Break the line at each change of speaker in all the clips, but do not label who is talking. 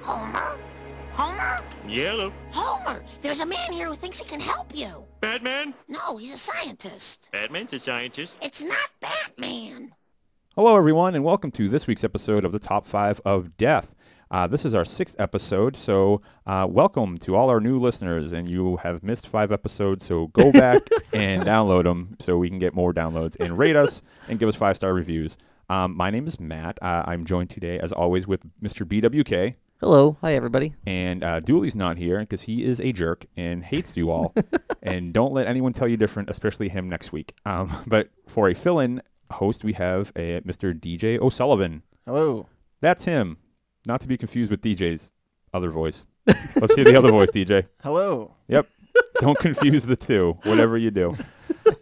Homer? Homer?
Yellow.
Homer! There's a man here who thinks he can help you.
Batman?
No, he's a scientist.
Batman's a scientist.
It's not Batman.
Hello, everyone, and welcome to this week's episode of the Top 5 of Death. Uh, this is our sixth episode, so uh, welcome to all our new listeners. And you have missed five episodes, so go back and download them so we can get more downloads and rate us and give us five star reviews. Um, my name is Matt. Uh, I'm joined today, as always, with Mr. BWK.
Hello. Hi, everybody.
And uh, Dooley's not here because he is a jerk and hates you all. and don't let anyone tell you different, especially him next week. Um, but for a fill in host, we have uh, a, Mr. DJ O'Sullivan.
Hello.
That's him. Not to be confused with DJ's other voice. Let's hear the other voice, DJ.
Hello.
Yep. Don't confuse the two, whatever you do.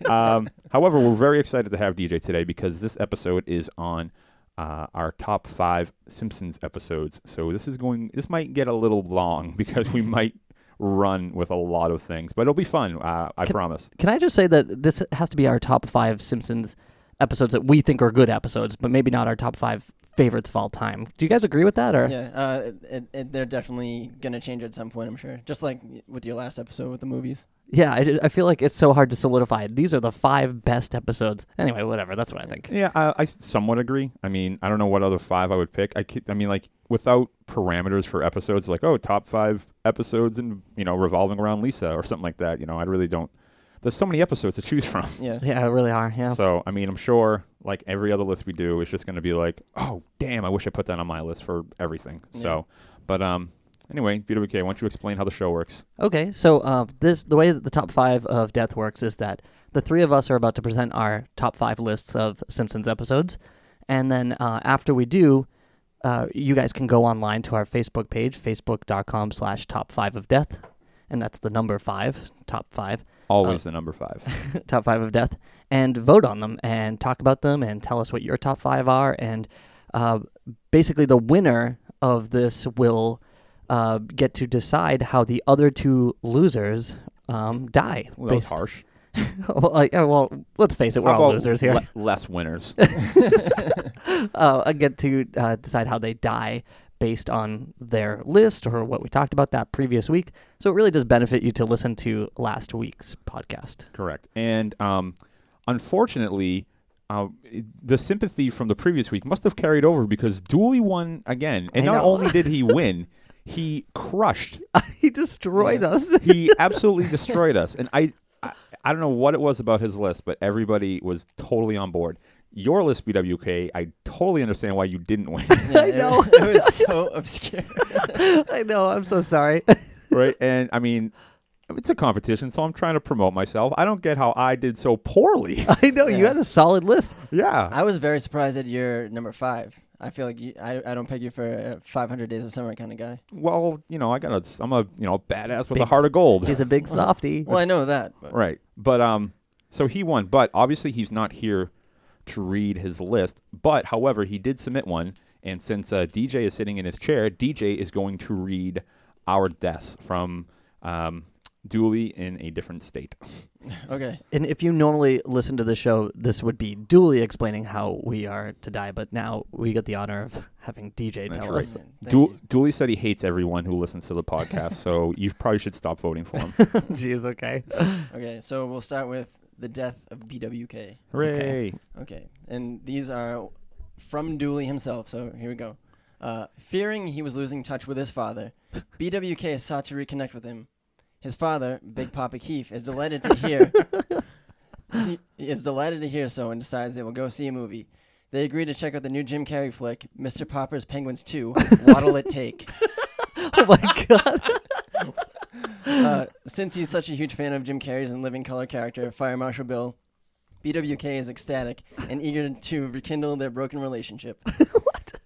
Um, however, we're very excited to have DJ today because this episode is on uh, our top five Simpsons episodes. So this is going, this might get a little long because we might run with a lot of things, but it'll be fun. Uh, I
Can-
promise.
Can I just say that this has to be our top five Simpsons episodes that we think are good episodes, but maybe not our top five favorites of all time. Do you guys agree with that? Or
Yeah, uh, it, it, they're definitely gonna change at some point, I'm sure. Just like with your last episode with the movies.
Yeah, I, I feel like it's so hard to solidify. These are the five best episodes. Anyway, whatever. That's what I think.
Yeah, I, I somewhat agree. I mean, I don't know what other five I would pick. I, ki- I mean, like without parameters for episodes, like oh, top five episodes and you know revolving around Lisa or something like that. You know, I really don't. There's so many episodes to choose from.
Yeah.
Yeah, really are. Yeah.
So I mean, I'm sure like every other list we do, it's just going to be like, oh damn, I wish I put that on my list for everything. So, but um, anyway, BWK, why don't you explain how the show works?
Okay, so uh, this the way that the top five of death works is that the three of us are about to present our top five lists of Simpsons episodes, and then uh, after we do, uh, you guys can go online to our Facebook page, facebook.com/slash top five of death, and that's the number five, top five,
Always
Oh.
the number five.
top five of death, and vote on them and talk about them and tell us what your top five are. And uh, basically, the winner of this will uh, get to decide how the other two losers um, die.
Well, that was
based-
harsh.
well, like, uh, well, let's face it, we're
How
all
about
losers here.
le- less winners.
uh, I get to uh, decide how they die based on their list or what we talked about that previous week. So it really does benefit you to listen to last week's podcast.
Correct. And um, unfortunately, uh, it- the sympathy from the previous week must have carried over because Dooley won again. And
I
not
know.
only did he win, he crushed.
he destroyed us.
He absolutely destroyed us. And I, I, I don't know what it was about his list, but everybody was totally on board. Your list, BWK, I totally understand why you didn't win,
Yeah,
I
it-
know.
It, was so obscure.
I know. I'm so sorry.
right? And I mean, it's a competition, so I'm trying to promote myself. I don't get how I did so poorly.
I know you
Yeah.
had a solid list.
yeah.
I was very surprised at your number five. I feel like you, I, I don't peg you for a 500 Days of Summer kind of guy.
Well, you know, I got a, I'm a, you know, badass with
Big
a heart
s-
of gold.
He's a big softy.
Well, I know that. But
Right. But um so he won, but obviously he's not here to read his list, but however, he did submit one and since uh, DJ is sitting in his chair, DJ is going to read our deaths from um Dooley in a different state.
Okay.
And if you normally listen to the show, this would be Dooley explaining how we are to die, but now we get the honor of having DJ
That's
tell
right.
us.
Thank
Doo
you.
Dooley said he hates everyone who listens to the podcast, so you probably should stop voting for him.
Jeez, okay. Oh
Okay. So we'll start with the death of BWK.
Hooray.
Okay, and these are from Dooley himself, so here we go. Uh, fearing he was losing touch with his father, BWK sought to reconnect with him. His father, Big Papa Keef, is delighted to hear. he is delighted to hear so and decides they will go see a movie. They agree to check out the new Jim Carrey flick, Mr. Popper's Penguins 2, What'll It Take?
Oh my god.
Uh, since he's such a huge fan of Jim Carrey's and living color character, Fire Marshal Bill, BWK is ecstatic and eager to rekindle their broken relationship.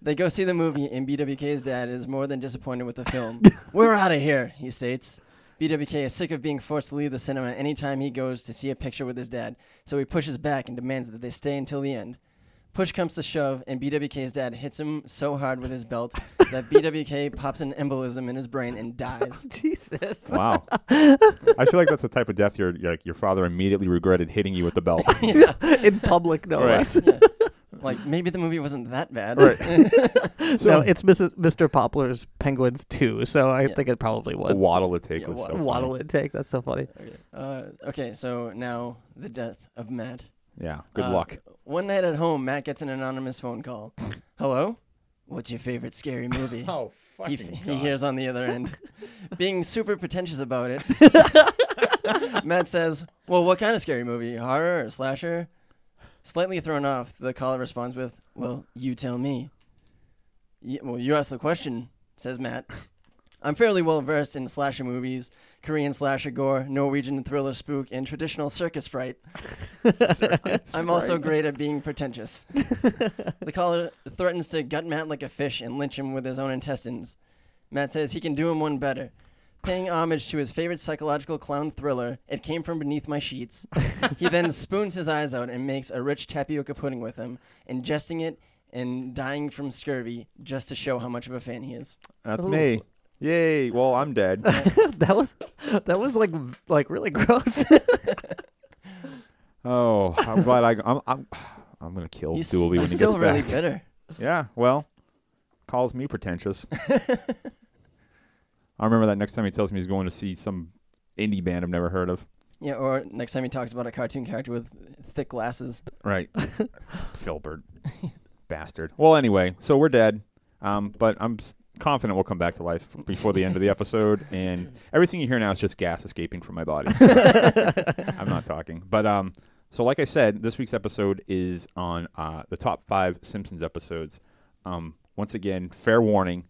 They go see the movie, and BWK's dad is more than disappointed with the film. We're out of here, he states. BWK is sick of being forced to leave the cinema anytime he goes to see a picture with his dad, so he pushes back and demands that they stay until the end. Push comes to shove, and BWK's dad hits him so hard with his belt that BWK pops an embolism in his brain and dies.
Jesus.
Wow. I feel like that's the type of death your like your father immediately regretted hitting you with the belt.
In public, no
Right.
less.
Like maybe the movie wasn't that bad.
Right. so
no, it's Mrs. Mr. Poplar's Penguins 2, so I
Yeah.
think it probably
a
was.
waddle it take
Yeah,
was
wa-
so funny.
Waddle it take. That's so funny.
uh, okay, so now the death of Matt.
Yeah. Good
Uh,
luck.
One night at home, Matt gets an anonymous phone call. Hello? What's your favorite scary movie?
Oh
he,
fucking
he hears on the other end. Being super pretentious about it, Matt says, Well, what kind of scary movie? Horror or slasher? Slightly thrown off, the caller responds with, Well, you tell me. "Y- well, you asked the question, says Matt. I'm fairly well versed in slasher movies, Korean slasher gore, Norwegian thriller spook, and traditional circus fright. I'm also great at being pretentious. the caller threatens to gut Matt like a fish and lynch him with his own intestines. Matt says he can do him one better. Paying homage to his favorite psychological clown thriller, It Came From Beneath My Sheets, he then spoons his eyes out and makes a rich tapioca pudding with him, ingesting it and dying from scurvy just to show how much of a fan he is.
That's
Ooh.
me. Yay. Well, I'm dead.
that was that was like like really gross.
oh, I'm glad I. I'm. I'm, I'm gonna kill
He's,
Dooley when
he's
he
still
gets
really
back.
bitter.
Yeah. Well, calls me pretentious. I remember that next time he tells me he's going to see some indie band I've never heard of.
Yeah, or next time he talks about a cartoon character with thick glasses.
Right. Filbert. Bastard. Well, anyway, so we're dead. Um, but I'm s- confident we'll come back to life before the end of the episode. And everything you hear now is just gas escaping from my body. I'm not talking. But um, so, like I said, this week's episode is on uh, the top five Simpsons episodes. Um, once again, fair warning.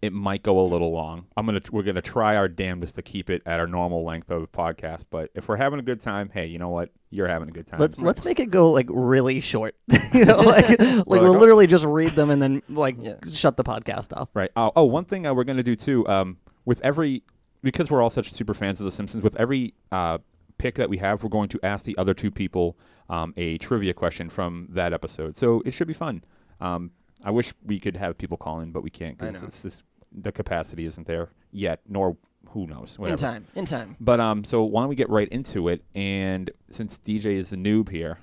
It might go a little long. I'm gonna we're gonna try our damnedest to keep it at our normal length of podcast. But if we're having a good time, hey, you know what? You're having a good time.
let's
so-
let's make it go like really short. you know, like, like
Well,
we'll
like-
literally just read them and then like
Yeah.
shut the podcast off.
Right. Oh, oh, one thing uh, we're going to do too. Um, with every because we're all such super fans of The Simpsons, with every uh, pick that we have, we're going to ask the other two people um, a trivia question from that episode. So it should be fun. Um, I wish we could have people call in, but we can't
I
because
know.
it's just the capacity isn't there yet, nor who knows. Whatever.
In time, in time.
But um, so why don't we get right into it? And since DJ is the noob here,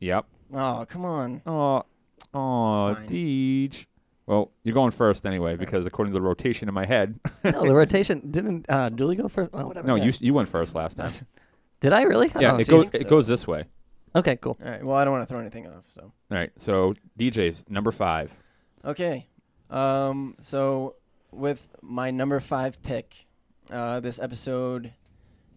yep.
Oh, come on.
Oh, oh,
Fine.
Deej. Well, you're going first anyway because according to the rotation in my head,
No, the rotation didn't uh Dooley go first? Oh, whatever.
no, you you went first last time.
Did I really?
Yeah,
Oh,
it
geez.
goes
geez.
it goes this way.
Okay, cool.
All right. Well, I don't want to throw anything off. So
All right, so DJ's number five.
okay. Um. So with my number five pick, uh, this episode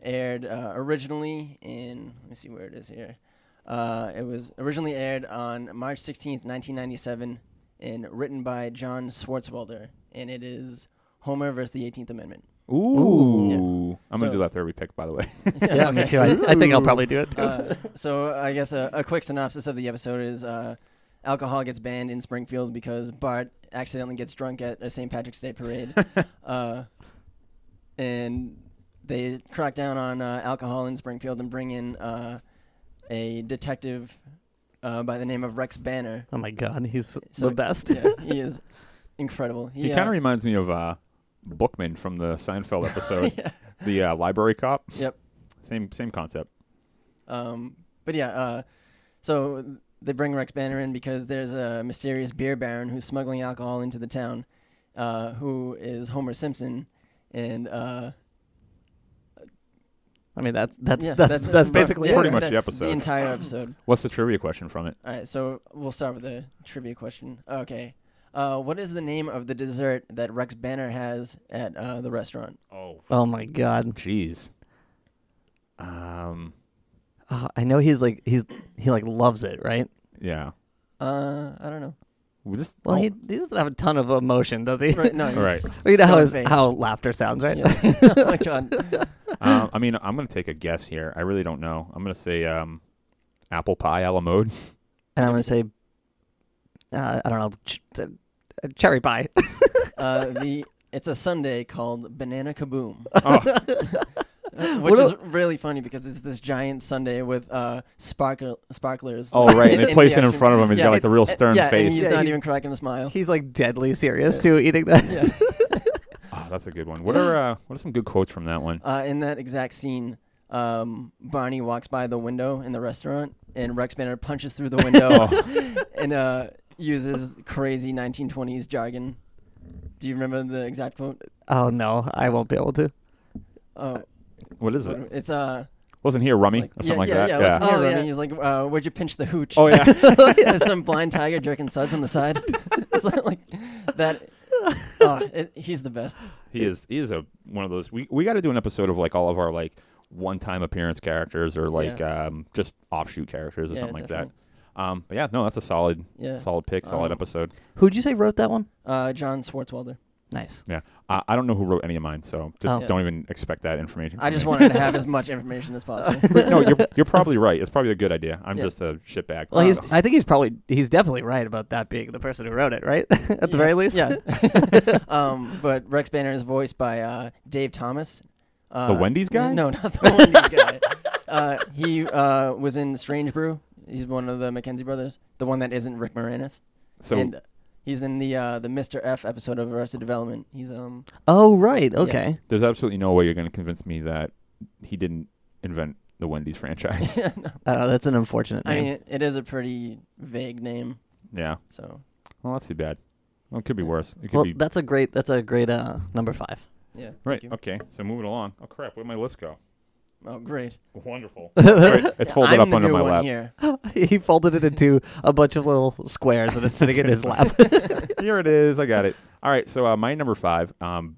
aired uh, originally in. Let me see where it is here. Uh, it was originally aired on March sixteenth, nineteen ninety-seven, and written by John Swartzwelder, and it is Homer versus the Eighteenth Amendment.
Ooh, I'm gonna
So-
do that for every pick, by the way.
Yeah, me too. I, I think I'll probably do it too.
uh, so I guess a, a quick synopsis of the episode is uh, alcohol gets banned in Springfield because Bart accidentally gets drunk at a St. Patrick's Day parade, uh, and they crack down on uh, alcohol in Springfield and bring in uh, a detective uh, by the name of Rex Banner.
oh my god, he's
So-
the best.
yeah, he is incredible.
He
uh,
kind of reminds me of uh, Bookman from the Seinfeld episode,
Yeah.
the uh, library cop.
Yep.
Same same concept.
Um, but yeah, uh, so they bring Rex Banner in because there's a mysterious beer baron who's smuggling alcohol into the town, uh, who is Homer Simpson, and uh,
I mean, that's that's
yeah,
that's, that's basically
yeah,
Pretty much
that's
the episode.
The entire episode.
What's the trivia question from it?
All right, so we'll start with a trivia question. Okay, uh, what is the name of the dessert that Rex Banner has at uh, the restaurant?
Oh,
Oh my god.
jeez. Um,
Oh, I know he's like he's he like loves it, right?
yeah.
Uh, I don't know.
Well, this,
Well,
oh,
he, he doesn't have a ton of emotion, does he?
Right, no,
All right.
he's
you know how, his,
stone-faced.
how laughter sounds, right?
Yeah. oh my god.
um, I mean, I'm gonna take a guess here. I really don't know. I'm gonna say um, apple pie a la mode.
And I'm gonna say, uh, I don't know, ch- uh, uh, cherry pie.
Uh, the it's a Sunday called Banana Kaboom,
Oh,
which
What
is really funny because it's this giant Sunday with uh, sparkle sparklers.
oh,
like,
right. And
in-
they place
the
it in
ice
front of him. He's
cream.
got like the real
it-
stern
yeah,
face.
And he's
Yeah,
not
he's-
even cracking a smile.
He's like deadly serious too, eating that.
yeah.
oh, that's a good one. What are uh, what are some good quotes from that one?
uh, in that exact scene, um, Barney walks by the window in the restaurant and Rex Banner punches through the window
Oh.
and uh, uses crazy 1920s jargon. Do you remember the exact quote?
Oh no, I won't be able to.
Oh,
What is it?
what- it's uh,
Wasn't he a rummy
like-
or something
yeah,
like
yeah,
that?
Yeah,
yeah.
listen here,
Oh,
Ronnie.
yeah.
He's like, uh, "Where'd you pinch the hooch?"
Oh yeah.
There's some blind tiger jerking suds on the side. it's like, like that. Oh, it, he's the best.
he is. He is a one of those. We we got to do an episode of like all of our like one time appearance characters or like um, just offshoot characters or
Yeah,
something like
definitely.
that. Um, but yeah, no, that's a solid,
Yeah.
solid pick, solid
Um,
episode.
Who'd you say wrote that one?
Uh, John Swartzwelder.
Nice.
Yeah, I, I don't know who wrote any of mine, so just
Oh.
Yeah.
don't even expect that information.
I
from
just
me.
wanted to have as much information as possible.
no, you're you're probably right. It's probably a good idea. I'm
Yeah.
just a shitbag. Uh,
Well,
Uh,
he's.
so.
I think he's probably. He's definitely right about that being the person who wrote it, right? At the
Yeah,
very least.
Yeah. um, but Rex Banner is voiced by uh, Dave Thomas. Uh,
The Wendy's guy?
No, not the Wendy's guy. Uh, he uh, was in Strange Brew. He's one of the McKenzie brothers, the one that isn't Rick Moranis.
so
and he's in the uh, the Mr. F episode of Arrested Development. He's um
Oh right. Okay.
there's absolutely no way you're going to convince me that he didn't invent the Wendy's franchise.
Oh, that's an unfortunate
I
name.
mean, it is a pretty vague name,
yeah.
so
Well, that's too bad. Well, it could be worse. It could
well,
be
that's a great. That's a great uh, number five.
yeah. thank
right.
you.
Okay. So moving along. Oh crap! Where'd my list go?
Oh, great.
Wonderful. Sorry, it's folded
I'm
up
the
under
new
my
one
lap.
here.
he folded it into a bunch of little squares, and it's sitting in his lap.
Here it is. I got it. All right. So uh, my number five. Um,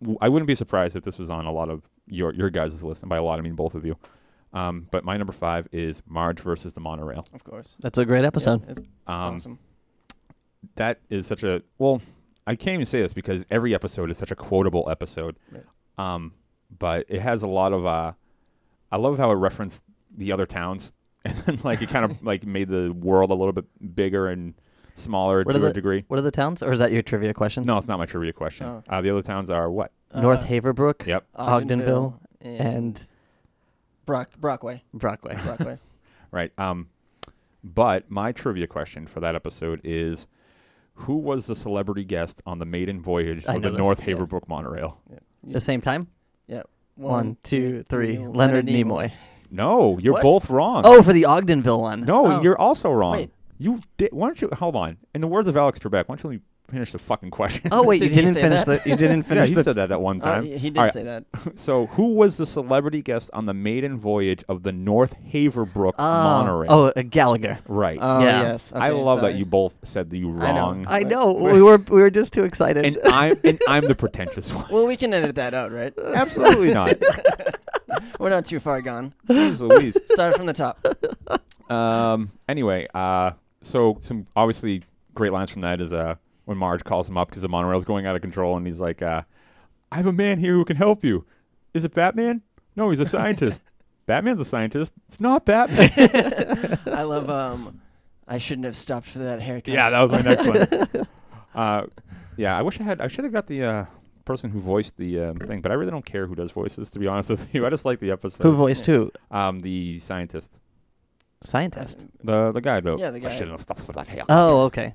w- I wouldn't be surprised if this was on a lot of your your guys' list, and by a lot I mean both of you. Um, but my number five is Marge versus the monorail.
Of course.
that's a great
Yeah,
episode.
it's
Um,
awesome.
that is such a well i can't even say this because every episode is such a quotable episode
Right.
um but it has a lot of uh i love how it referenced the other towns and then like it kind of like made the world a little bit bigger and smaller
What
to
are
a
the-
degree
What are the towns, or is that your trivia question?
no it's not my trivia question
Oh.
uh, the other towns are what
North
Uh,
Haverbrook.
yep
Ogdenville
and,
And
Brock Brockway.
Brockway.
Brockway.
right um but my trivia question for that episode is who was the celebrity guest on the maiden voyage
I
of the
know this,
North
yeah.
Haverbrook monorail
the same time.
yeah.
One, two, three. Leonard Nimoy.
no you're
What?
both wrong
Oh, for the Ogdenville one.
No,
Oh.
you're also wrong.
Wait.
You did. Why don't you hold on? In the words of Alex Trebek, why don't you let me finish the fucking question?
Oh wait,
Did
you
he
didn't
say
finish
that?
the. You didn't
yeah,
finish
he
the.
said that that one
Uh,
time.
he he did
All right,
say that.
So, who was the celebrity guest on the maiden voyage of the North Haverbrook
Oh,
monorail?
Oh, uh, Gallagher.
right.
Oh
Yeah.
yes.
I
okay,
love
sorry.
that you both said that you
I know.
wrong.
I
I
Right.
know.
know,
We were we were just too excited.
and I'm and I'm the pretentious one.
Well, we can edit that out, right?
Absolutely not.
We're not too far gone.
Jeez Louise.
Start from the top.
Um. Anyway, uh, so some obviously great lines from that is uh when Marge calls him up because the monorail's going out of control and he's like, uh, "I have a man here who can help you. Is it Batman? No, he's a scientist. Batman's a scientist. It's not Batman.
I love. Um, I shouldn't have stopped for that haircut.
yeah, that was my next one. Uh, yeah, I wish I had. I should have got the uh, person who voiced the um, thing, but I really don't care who does voices. To be honest with you, I just like the episode.
Who voiced who?
um, the scientist,
Scientist.
the the guy though.
Yeah, the
I
guy.
shouldn't have stopped for that hair.
Oh, okay. I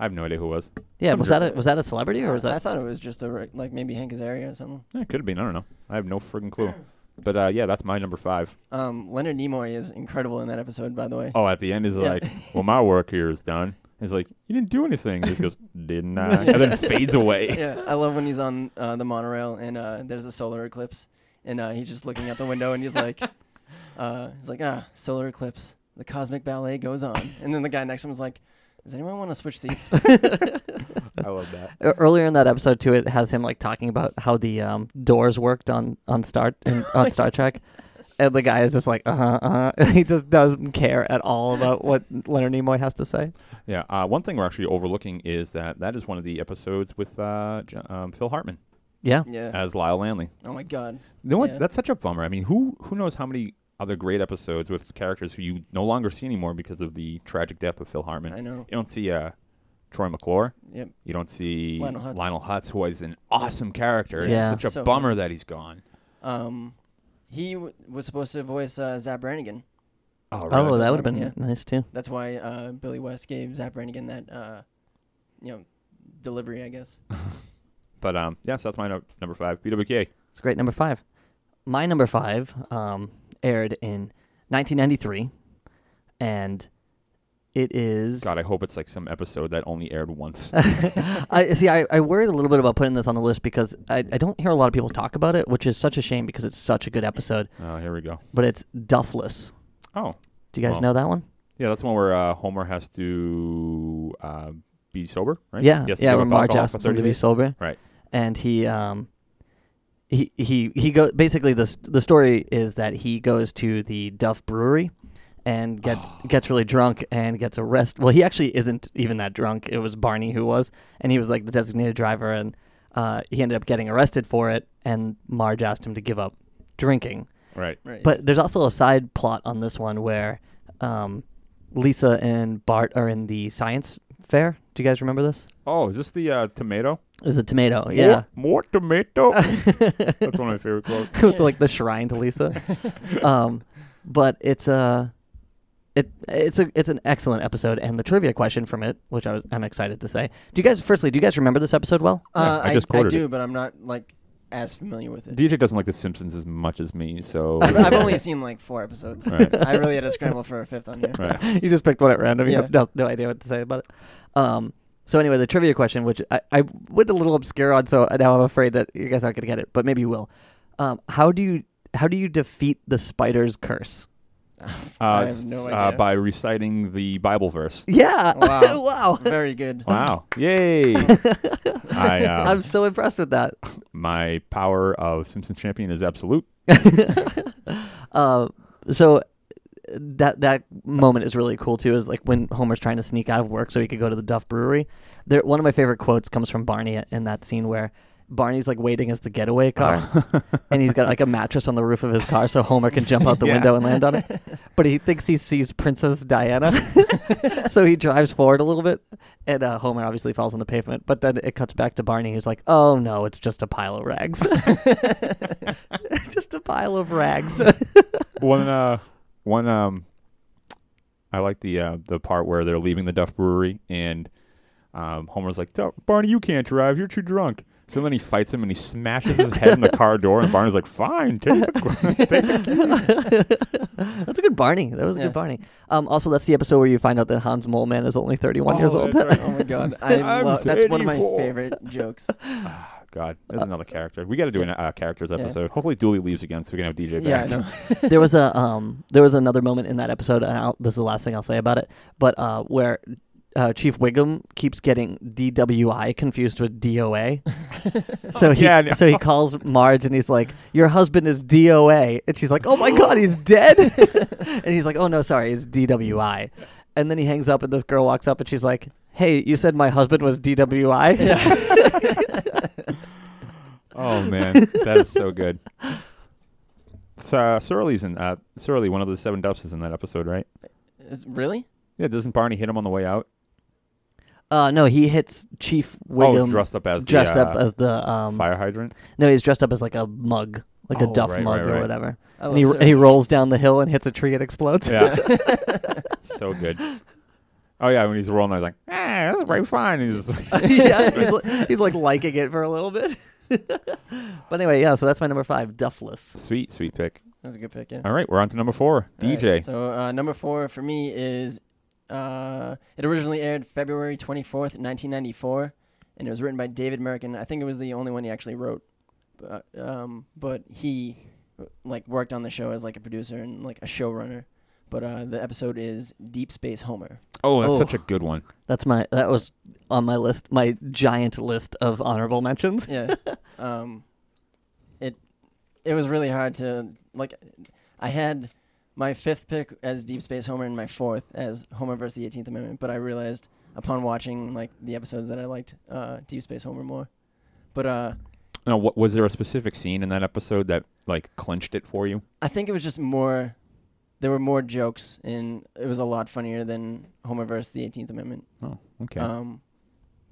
I have no idea who it was.
Yeah,
Some
was that
jerk.
a, was that a celebrity or was
I
that?
thought it was just a re- like maybe Hank Azaria or something.
Yeah, It could have been. I don't know. I have no friggin' clue. But uh, yeah, that's my number five.
Um, Leonard Nimoy is incredible in that episode, by the way.
Oh, at the end, he's like, "Well, my work here is done." He's like, "You didn't do anything." He just goes, "Didn't I?" And then fades away.
Yeah, I love when he's on uh, the monorail and uh, there's a solar eclipse, and uh, he's just looking out the window and he's like, uh, he's like, ah, solar eclipse. The cosmic ballet goes on, and then the guy next to him is like, does anyone want to switch seats?
I love that.
E- Earlier in that episode too, it has him like talking about how the um, doors worked on on Star in, on Star Trek, and the guy is just like, uh huh, uh huh. He just doesn't care at all about what Leonard Nimoy has to say.
Yeah. Uh, one thing we're actually overlooking is that that is one of the episodes with uh, J- um, Phil Hartman
Yeah,
yeah.
as Lyle Lanley.
Oh my god.
You know what?
Yeah.
That's such a bummer. I mean, who who knows how many other great episodes with characters who you no longer see anymore because of the tragic death of Phil Hartman.
I know.
You don't see uh, Troy McClure.
Yep.
You don't see
Lionel Hutz.
Hutz, who is an awesome character.
Yeah.
It's such a
So
bummer that he's gone.
Um, he w- was supposed to voice uh, Zap Brannigan.
Oh, that would have been
Yeah.
nice too.
That's why uh, Billy West gave Zap Brannigan that, uh, you know, delivery, I guess.
But um, yeah, so that's my no- number five. BWK.
It's great number five. My number five um, aired in 1993, and it is.
God, I hope it's like some episode that only aired once.
I see. I, I worried a little bit about putting this on the list because I, I don't hear a lot of people talk about it, which is such a shame because it's such a good episode.
oh, here we go.
But it's Duffless.
Oh,
Do you guys
Well,
know that one?
yeah, that's the one where uh, Homer has to uh, be sober, right?
Yeah,
He has to
yeah.
give
Where
up
Marge
alcohol
asks
for 30
him to be
days.
sober,
Right.
and he um, he he he go basically the s- the story is that he goes to the Duff Brewery, and gets gets really drunk and gets arrested. Well, he actually isn't even that drunk. It was Barney who was, and he was like the designated driver, and uh, he ended up getting arrested for it. And Marge asked him to give up drinking,
Right.
Right.
but there's also a side plot on this one where um, Lisa and Bart are in the science fair. Do you guys remember this?
Oh, is this the uh, tomato?
It was a tomato, yeah.
More, more tomato. that's one of my favorite quotes.
With like the shrine to Lisa. um, but it's a it it's a it's an excellent episode and the trivia question from it, which I was, I'm excited to say. Do you guys firstly, do you guys remember this episode well?
uh,
I just quoted
do,
it.
but I'm not like as familiar with it.
DJ doesn't like The Simpsons as much as me, so uh,
I've, I've only seen like four episodes.
Right.
I really had to scramble for a fifth on here.
Right.
you just picked one at random. You
Yeah.
have no, no idea what to say about it. Um, so anyway, the trivia question, which I, I went a little obscure on, so now I'm afraid that you guys aren't going to get it, but maybe you will. Um, how do you how do you defeat the spider's curse?
I
Uh,
have
s-
no
uh,
idea.
by reciting the Bible verse.
Yeah.
Wow.
wow.
Very good.
Wow! Yay! I uh,
I'm so impressed with that.
my power of Simpson champion is absolute.
Uh, so that that moment is really cool too. Is like when Homer's trying to sneak out of work so he could go to the Duff Brewery. There, one of my favorite quotes comes from Barney in that scene where Barney's like waiting as the getaway car, and he's got like a mattress on the roof of his car so Homer can jump out the
Yeah.
window and land on it. But he thinks he sees Princess Diana, so he drives forward a little bit, and uh, Homer obviously falls on the pavement. But then it cuts back to Barney, who's like, "Oh no, it's just a pile of rags." just a pile of rags.
one uh one um I like the uh the part where they're leaving the Duff Brewery and um Homer's like "Duh, Barney you can't drive you're too drunk so then he fights him and he smashes his head in the car door and Barney's like fine take the, gr- take the key."
that's a good Barney. That was a
Yeah.
good Barney. Um, also, that's the episode where you find out that Hans Mole Man is only 31 years
Oh,
old.
that's right.
Oh my god, I
I'm
love that's one of my
34.
favorite jokes.
God there's another character we got to do an uh, characters
Yeah.
episode hopefully Dooley leaves again so we can have DJ
yeah, I
back
know.
there was a um, there was another moment in that episode, and I'll, this is the last thing I'll say about it. But uh, where uh, Chief Wiggum keeps getting DWI confused with DOA, so he
yeah, I know.
so he calls Marge and he's like, "Your husband is DOA," and she's like, "Oh my God, he's dead," and he's like, "Oh no, sorry, it's DWI," and then he hangs up, and this girl walks up, and she's like. Hey, you said my husband was DWI.
oh man that is so good so uh, Surly's in uh Surly one of the seven Duffs is in that episode right
Is, really?
yeah doesn't Barney hit him on the way out
Uh, no, he hits Chief Wiggum.
oh dressed up as the,
dressed up
uh,
as the um.
fire hydrant
No, he's dressed up as like a mug, like
Oh,
a duff
right,
mug
right,
or
right.
whatever.
I
And he,
love
and he
Surly.
rolls down the hill and hits a tree and explodes.
Yeah. so good. Oh yeah, when he's rolling, I was like, ah, that's very fine. And he's
Yeah, he's, li- he's like liking it for a little bit. but anyway, yeah. So that's my number five, duffless.
sweet, sweet pick.
That was a good pick. Yeah.
All right, we're on to number four,
All right,
DJ.
So uh, number four for me is uh, it originally aired February 24th, 1994, and it was written by David Merkin. I think it was the only one he actually wrote, but, um, but he like worked on the show as like a producer and like a showrunner. But uh, the episode is Deep Space Homer.
oh, that's
Oh.
such a good one.
That's my that was on my list, my giant list of honorable mentions.
yeah. Um, it it was really hard to like. I had my fifth pick as Deep Space Homer and my fourth as Homer versus the Eighteenth Amendment, but I realized upon watching like the episodes that I liked uh, Deep Space Homer more. But uh,
Now, what was there a specific scene in that episode that like clinched it for you?
I think it was just more. There were more jokes, and it was a lot funnier than Homer versus the Eighteenth Amendment.
Oh, okay.
Um,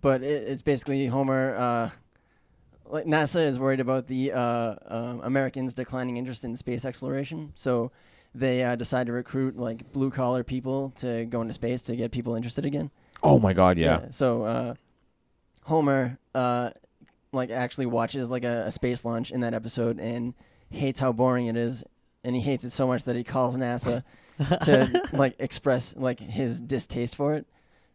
but it, it's basically Homer. Uh, like NASA is worried about the uh, um, Americans' declining interest in space exploration, so they uh, decide to recruit like blue collar people to go into space to get people interested again.
oh my God, yeah.
So uh, Homer, uh, like, actually watches like a, a space launch in that episode and hates how boring it is, and he hates it so much that he calls NASA to like express like his distaste for it.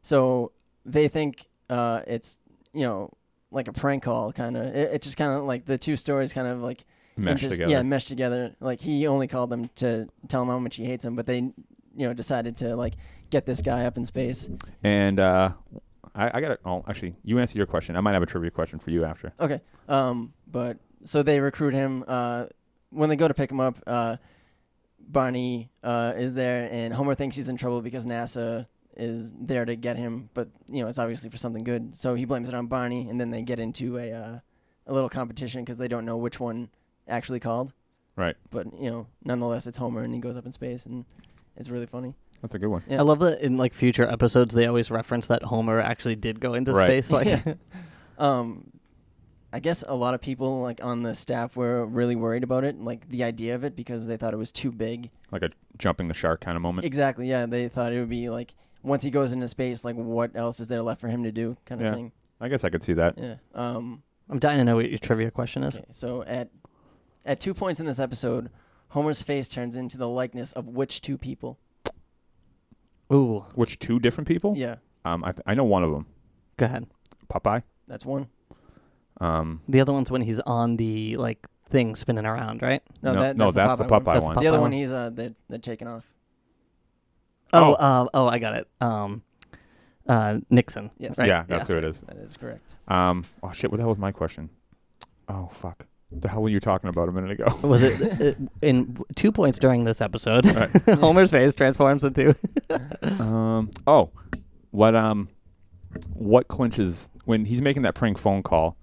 So they think uh, it's you know like a prank call kind of. It, it just kind of like the two stories kind of like
meshed
inter-
together.
Yeah, meshed together. Like he only called them to tell him how much he hates him, but they you know decided to like get this guy up in space.
And uh, I, I got to Oh, actually, you answer your question. I might have a trivia question for you after.
Okay. Um, but so they recruit him. Uh, when they go to pick him up, uh, Barney uh, is there, and Homer thinks he's in trouble because NASA is there to get him. But you know, it's obviously for something good. So he blames it on Barney, and then they get into a uh, a little competition because they don't know which one actually called.
Right.
But you know, nonetheless, it's Homer, and he goes up in space, and it's really funny.
That's a good one.
Yeah.
I love that in like future episodes they always reference that Homer actually did go into
Right.
space. Like,
Yeah. um, I guess a lot of people like on the staff were really worried about it, like the idea of it, because they thought it was too big.
Like a jumping the shark kind of moment.
Exactly. Yeah, they thought it would be like once he goes into space, like what else is there left for him to do, kind of
Yeah.
thing.
I guess I could see that.
Yeah. Um.
I'm dying to know what your trivia question is.
Okay. So at at two points in this episode, Homer's face turns into the likeness of which two people?
Ooh,
Which two different people?
Yeah,
Um, I, th- I know one of them.
go ahead.
Popeye.
that's one.
Um,
The other one's when he's on the like thing spinning around, right?
No,
No,
that,
no,
that's, the Popeye, one.
That's
one.
The other
Popeye
one,
one.
he's uh, they're, they're taking off.
Oh,
Oh.
uh, oh, I got it. Um, uh, Nixon.
Yes.
Right,
Yeah, that's who it is.
That is correct.
Um, oh shit! What the hell was my question? Oh fuck! The hell were you talking about a minute ago?
Was it it- in two points during this episode? Homer's face transforms into.
um, oh, what um, what clinches when he's making that prank phone call?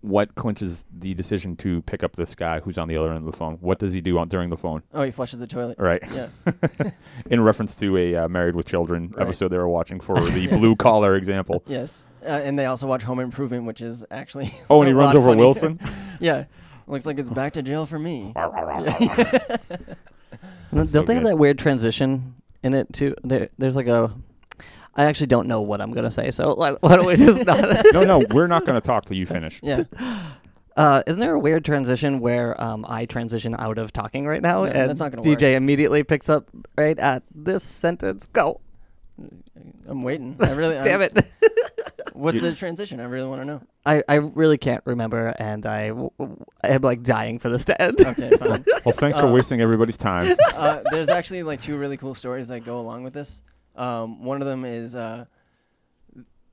What clinches the decision to pick up this guy who's on the other end of the phone? What does he do on, during the phone?
Oh, he flushes the toilet.
All right.
Yeah.
In reference to a uh, Married with Children
Right.
episode they were watching for the blue collar example.
Yes, uh, and they also watch Home Improvement, which is actually
Oh, and he
a
runs
lot
over
funnier.
Wilson.
yeah, looks like it's back to jail for me.
Don't
so
they have
good.
that weird transition in it too? There, there's like a. I actually don't know what I'm gonna say, so why, why don't we just not?
no, no, we're not going to talk till you finish.
Yeah,
Uh, isn't there a weird transition where um, I transition out of talking right now,
No,
and
that's not gonna
DJ
work.
immediately picks up right at this sentence? Go,
I'm waiting. I really
damn
I'm-
it!
What's the transition? I really want to know.
I, I really can't remember, and I, w- w- I am like dying for this to end.
Okay, fine.
Well, thanks for
Uh,
wasting everybody's time.
uh, there's actually like two really cool stories that go along with this. Um, one of them is uh,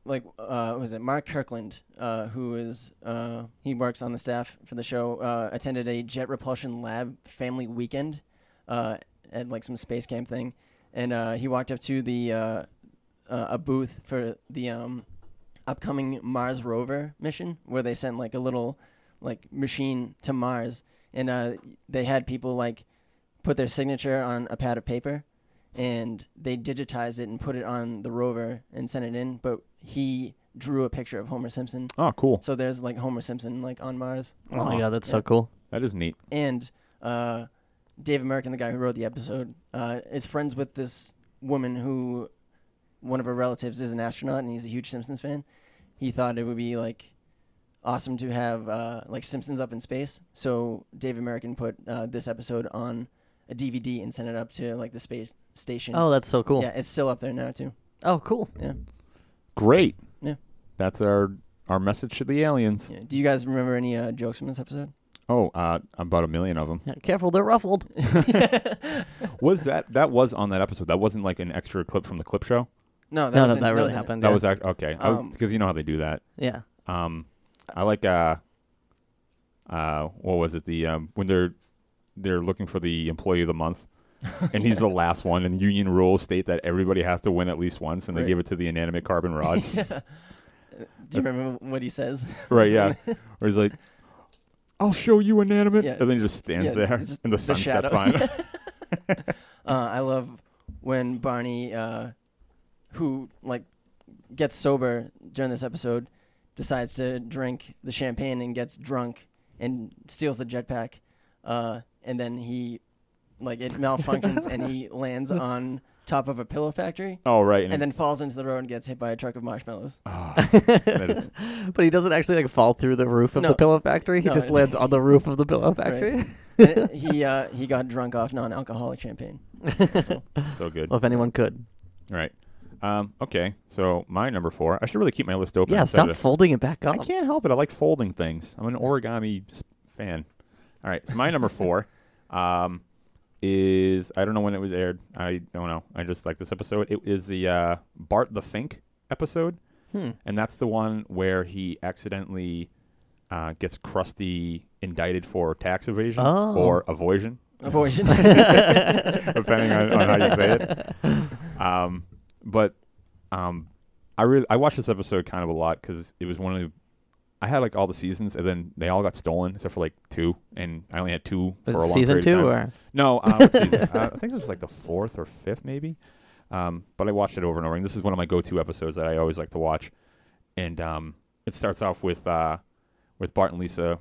like uh, what was it Mark Kirkland, uh, who is uh, he works on the staff for the show, uh, attended a Jet Propulsion Lab family weekend uh, at like some space camp thing, and uh, he walked up to the uh, uh, a booth for the um, upcoming Mars rover mission where they sent like a little like machine to Mars, and uh, they had people like put their signature on a pad of paper and they digitized it and put it on the rover and sent it in but he drew a picture of homer simpson
Oh, cool.
so there's like homer simpson like on mars
Oh my
Aw.
god, that's
Yeah.
so cool.
That is neat.
and uh, Dave American, the guy who wrote the episode, uh, is friends with this woman who one of her relatives is an astronaut and he's a huge Simpsons fan. He thought it would be like awesome to have uh, like Simpsons up in space. So Dave American put uh, this episode on a DVD and sent it up to like the space station.
Oh, that's so cool.
yeah, it's still up there now too.
Oh, cool.
Yeah.
Great.
Yeah.
That's our our message to the aliens.
yeah. Do you guys remember any uh, jokes from this episode?
Oh, uh, about a million of them.
Yeah, careful, they're ruffled.
Was that that was on that episode? That wasn't like an extra clip from the clip show.
No, that
no,
was
no,
in-
that really
was in it.
happened.
That
yeah.
was act- okay.
Um,
Because you know how they do that.
yeah.
Um, I like uh, uh, what was it? The um, when they're they're looking for the employee of the month, and he's the last one. And union rules state that everybody has to win at least once, and they
Right.
give it to the inanimate carbon rod.
Do you remember what he says?
right? Yeah. Or he's like, "I'll show you inanimate,"
Yeah.
and then he just stands
Yeah,
there,
it's just
and the,
the
sun sets
shadow.
on him.
Uh, I love when Barney, uh, who like gets sober during this episode, decides to drink the champagne and gets drunk and steals the jetpack, uh, and then he like it malfunctions and he lands on top of a pillow factory
Oh right,
and then falls into the road and gets hit by a truck of marshmallows.
that is-
But he doesn't actually like fall through the roof of
No.
the pillow factory. He
No,
just
it-
lands on the roof of the pillow factory.
And it- he uh, he got drunk off non-alcoholic champagne.
so good.
Well, if anyone could.
All right. Um, okay. So my number four. I should really keep my list open.
Yeah,
instead
stop
of-
folding it back
I
up.
can't help it. I like folding things. I'm an origami s- fan. All right. So my number four um, is I don't know when it was aired. I don't know. I just like this episode. It is the uh, Bart the Fink episode,
Hmm.
and that's the one where he accidentally uh, gets crusty indicted for tax evasion
Oh.
or avoision,
Abortion.
depending on, on how you say it. Um, but um, I really I watched this episode kind of a lot because it was one of the I had like all the seasons and then they all got stolen except for like two and I only had two for a long
Season
period
two,
of time.
or
no uh, what season? Uh, I think this was like the fourth or fifth maybe um, but I watched it over and over and this is one of my go-to episodes that I always like to watch and um, it starts off with uh, with Bart and Lisa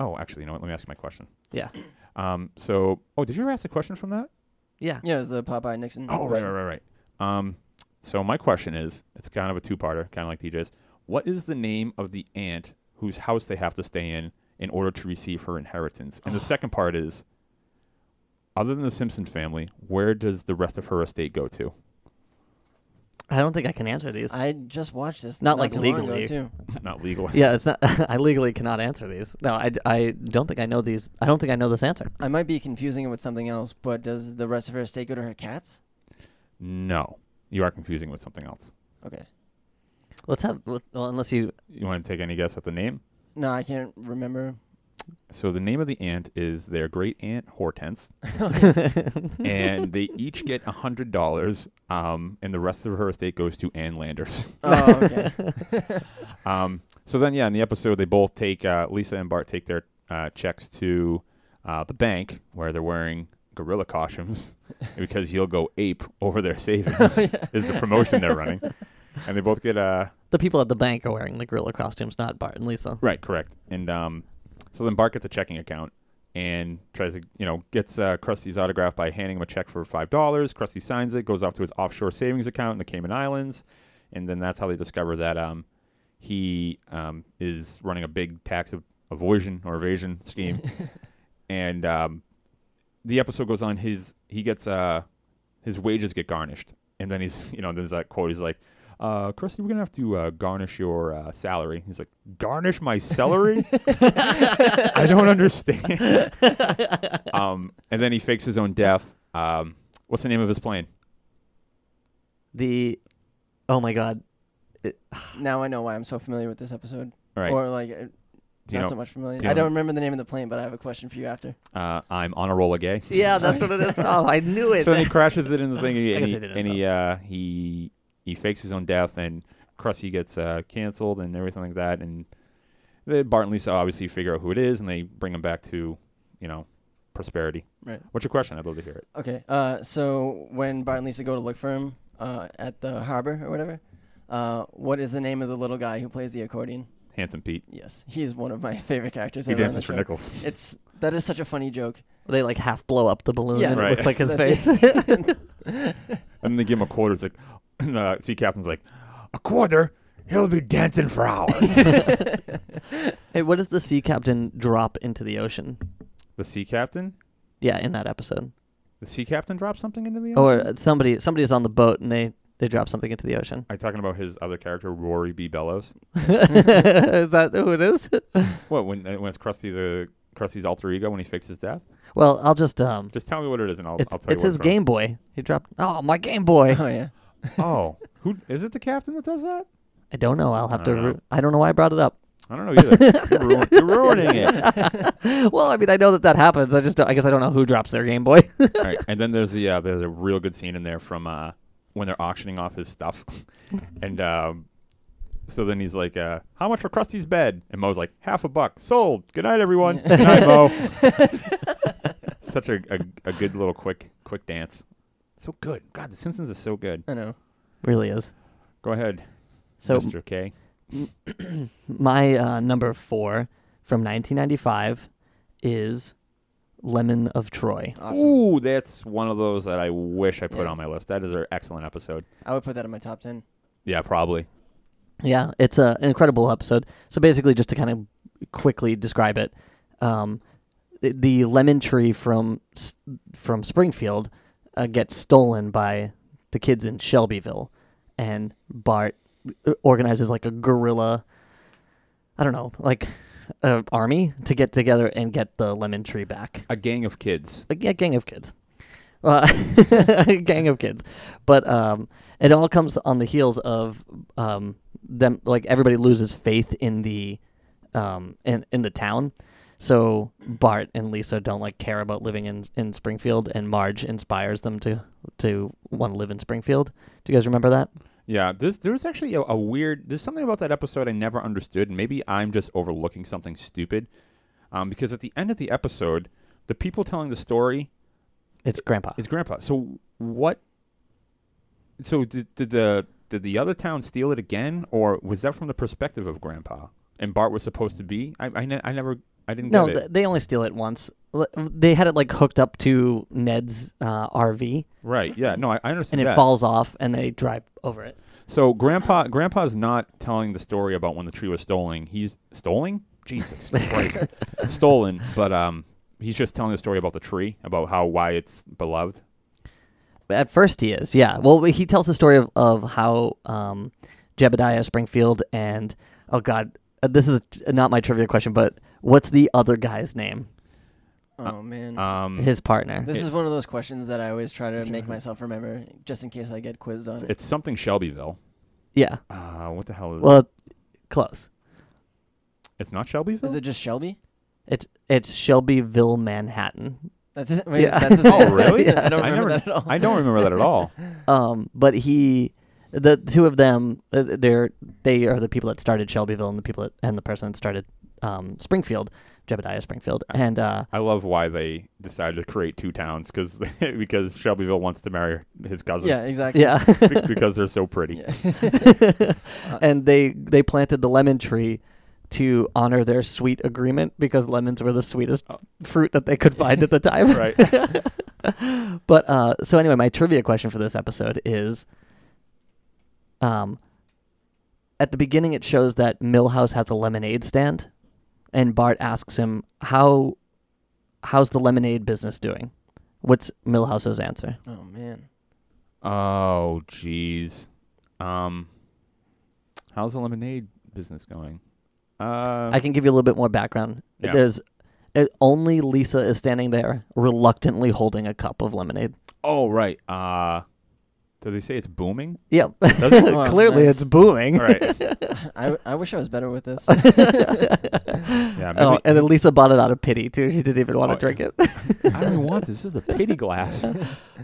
oh actually you know what let me ask you my question
yeah,
um, so oh did you ever ask a question from that
yeah.
yeah, it was the Popeye Nixon.
Oh, right, right, right, right. Um, so my question is, it's kind of a two-parter, kind of like TJ's. What is the name of the aunt whose house they have to stay in in order to receive her inheritance? And the second part is, other than the Simpson family, where does the rest of her estate go to?
I don't think I can answer these.
I just watched this.
Not, like,
too long ago,
legally.
too.
Not legal.
yeah, it's not. I legally cannot answer these. No, I, d- I don't think I know these. I don't think I know this answer.
I might be confusing it with something else, but does the rest of her estate go to her cats?
No, you are confusing with something else.
Okay.
Let's have. Well, unless you.
You want to take any guess at the name?
No, I can't remember.
So the name of the aunt is their great aunt Hortense, and they each get a hundred dollars, um, and the rest of her estate goes to Ann Landers.
Oh, okay.
Um, so then, yeah, in the episode, they both take uh, Lisa and Bart take their uh, checks to uh, the bank where they're wearing gorilla costumes because you'll go ape over their savings is the promotion they're running, and they both get uh
The people at the bank are wearing the gorilla costumes, not Bart and Lisa.
right, correct, and um, so then Bart gets a checking account and tries to you know gets uh, Krusty's autograph by handing him a check for five dollars. Krusty signs it, goes off to his offshore savings account in the Cayman Islands, and then that's how they discover that um, he um, is running a big tax av- avoidance or evasion scheme. and um, the episode goes on. His he gets uh, his wages get garnished, and then he's you know there's that quote. He's like, uh, "Krusty, we're gonna have to uh, garnish your uh, salary." He's like, "Garnish my celery? I don't understand." um, and then he fakes his own death. Um, what's the name of his plane?
The. Oh my God.
now I know why I'm so familiar with this episode.
All right,
Or like, uh,
do
not
you know,
so much familiar.
do you
I
know-
don't remember the name of the plane, but I have a question for you after.
uh, I'm on a roll again.
Yeah, that's what it is. Oh, I knew it.
so then he crashes it in the thing,
I
and,
guess
he,
I didn't
and he, uh, he he fakes his own death, and Krusty gets uh, canceled and everything like that. And the Bart and Lisa obviously figure out who it is, and they bring him back to you know prosperity.
Right.
What's your question? I'd love to hear it.
Okay. Uh, so when Bart and Lisa go to look for him uh, at the harbor or whatever, uh, what is the name of the little guy who plays the accordion?
Handsome Pete.
Yes, he is one of my favorite characters.
He
ever on
dances
the
for
show.
nickels.
It's that is such a funny joke.
they like half blow up the balloon,
Yeah.
and
Right.
it looks like his
That's
face.
And then they give him a quarter. It's like, and the sea captain's like, a quarter? He'll be dancing for hours.
hey, what does the sea captain drop into the ocean?
the sea captain?
Yeah, in that episode,
The sea captain dropped something into the ocean?
or somebody somebody is on the boat and they they drop something into the ocean.
Are you talking about his other character, Rory B. Bellows?
is that who it is?
What, when, uh, when it's Krusty the... Krusty's alter ego when he fakes his death?
well, I'll just um.
Just tell me what it is and I'll,
It's,
I'll tell
it's
you. what
his
from.
Game Boy. He dropped. Oh, my Game Boy.
oh yeah.
Oh, who is it? The captain that does that?
I don't know. I'll have
I
to.
don't know.
Ru- I don't know why I brought it up.
I don't know either. you're, ruin- you're ruining it.
well, I mean, I know that that happens. I just. Don't, I guess I don't know who drops their Game Boy.
Right. And then there's the uh, there's a real good scene in there from uh, when they're auctioning off his stuff, and um, so then he's like, uh, "How much for Krusty's bed?" And Mo's like, "Half a buck, sold. Good night, everyone. Good night, Mo." Such a, a a good little quick quick dance. So good. God, The Simpsons is so good.
I know.
really is.
Go ahead,
So
Mr. K.
my uh, number four from 1995 is Lemon of Troy.
Awesome.
Ooh, that's one of those that I wish I put
Yeah.
on my list. That is an excellent episode.
I would put that in my top ten.
Yeah, probably.
Yeah, it's a, an incredible episode. So basically, just to kind of quickly describe it, um, the, the lemon tree from S- from Springfield uh, gets stolen by the kids in Shelbyville, and Bart organizes like a guerrilla. I don't know, like uh, army to get together and get the lemon tree back.
A gang of kids.
A, a gang of kids. Uh, a gang of kids, but um, it all comes on the heels of um, them. Like everybody loses faith in the um, in in the town. So Bart and Lisa don't like care about living in in Springfield, and Marge inspires them to to want to live in Springfield. Do you guys remember that?
Yeah, there's there's actually a, a weird there's something about that episode I never understood. and Maybe I'm just overlooking something stupid, um, because at the end of the episode, the people telling the story
It's Grandpa.
is Grandpa. So what? So did, did the did the other town steal it again, or was that from the perspective of Grandpa and Bart was supposed to be? I I, ne- I never I didn't
no,
get
th-
it.
they only steal it once. L- They had it like hooked up to Ned's uh, RV,
right? Yeah. No, I, I understand.
and it
that.
falls off, and they drive over it.
So grandpa, grandpa's not telling the story about when the tree was stolen. He's stolen. Jesus Christ, stolen. But um, he's just telling the story about the tree, about how why it's beloved.
At first, he is, yeah. Well, he tells the story of, of how um, Jebediah Springfield and oh god, uh, this is not my trivia question, but what's the other guy's name?
Oh man.
Um,
His partner.
this is one of those questions that I always try to make myself remember, just in case I get quizzed on it.
it's something Shelbyville.
yeah.
Uh, what the hell is? it?
Well, close.
It's not Shelbyville.
Is it just Shelby?
It's it's Shelbyville, Manhattan.
That's it. Wait,
Yeah.
that's his
oh
name.
really?
I don't
never-
remember that at all.
I don't remember that at all.
Um, but he, the two of them, uh, they're they are the people that started Shelbyville and the people that and the person that started um, Springfield, Jebediah Springfield, and uh,
I love why they decided to create two towns because because Shelbyville wants to marry his cousin.
Yeah, exactly.
yeah,
be- because they're so pretty.
Uh, and they they planted the lemon tree to honor their sweet agreement because lemons were the sweetest fruit that they could find at the time.
Right.
But uh, so anyway, my trivia question for this episode is, um, at the beginning it shows that Millhouse has a lemonade stand, and Bart asks him how, how's the lemonade business doing? What's Millhouse's answer?
Oh man.
Oh, jeez. Um, how's the lemonade business going? Uh,
I can give you a little bit more background.
Yeah.
There's it, only Lisa is standing there reluctantly holding a cup of lemonade.
oh, right. Uh, do they say it's booming?
Yeah,
Does it?
Oh,
clearly
nice.
it's booming.
All right.
I, I wish I was better with this.
Yeah. Maybe,
Oh, and then Lisa bought it out of pity too. She didn't even want
Oh,
to drink it.
I don't even want this. This is a pity glass.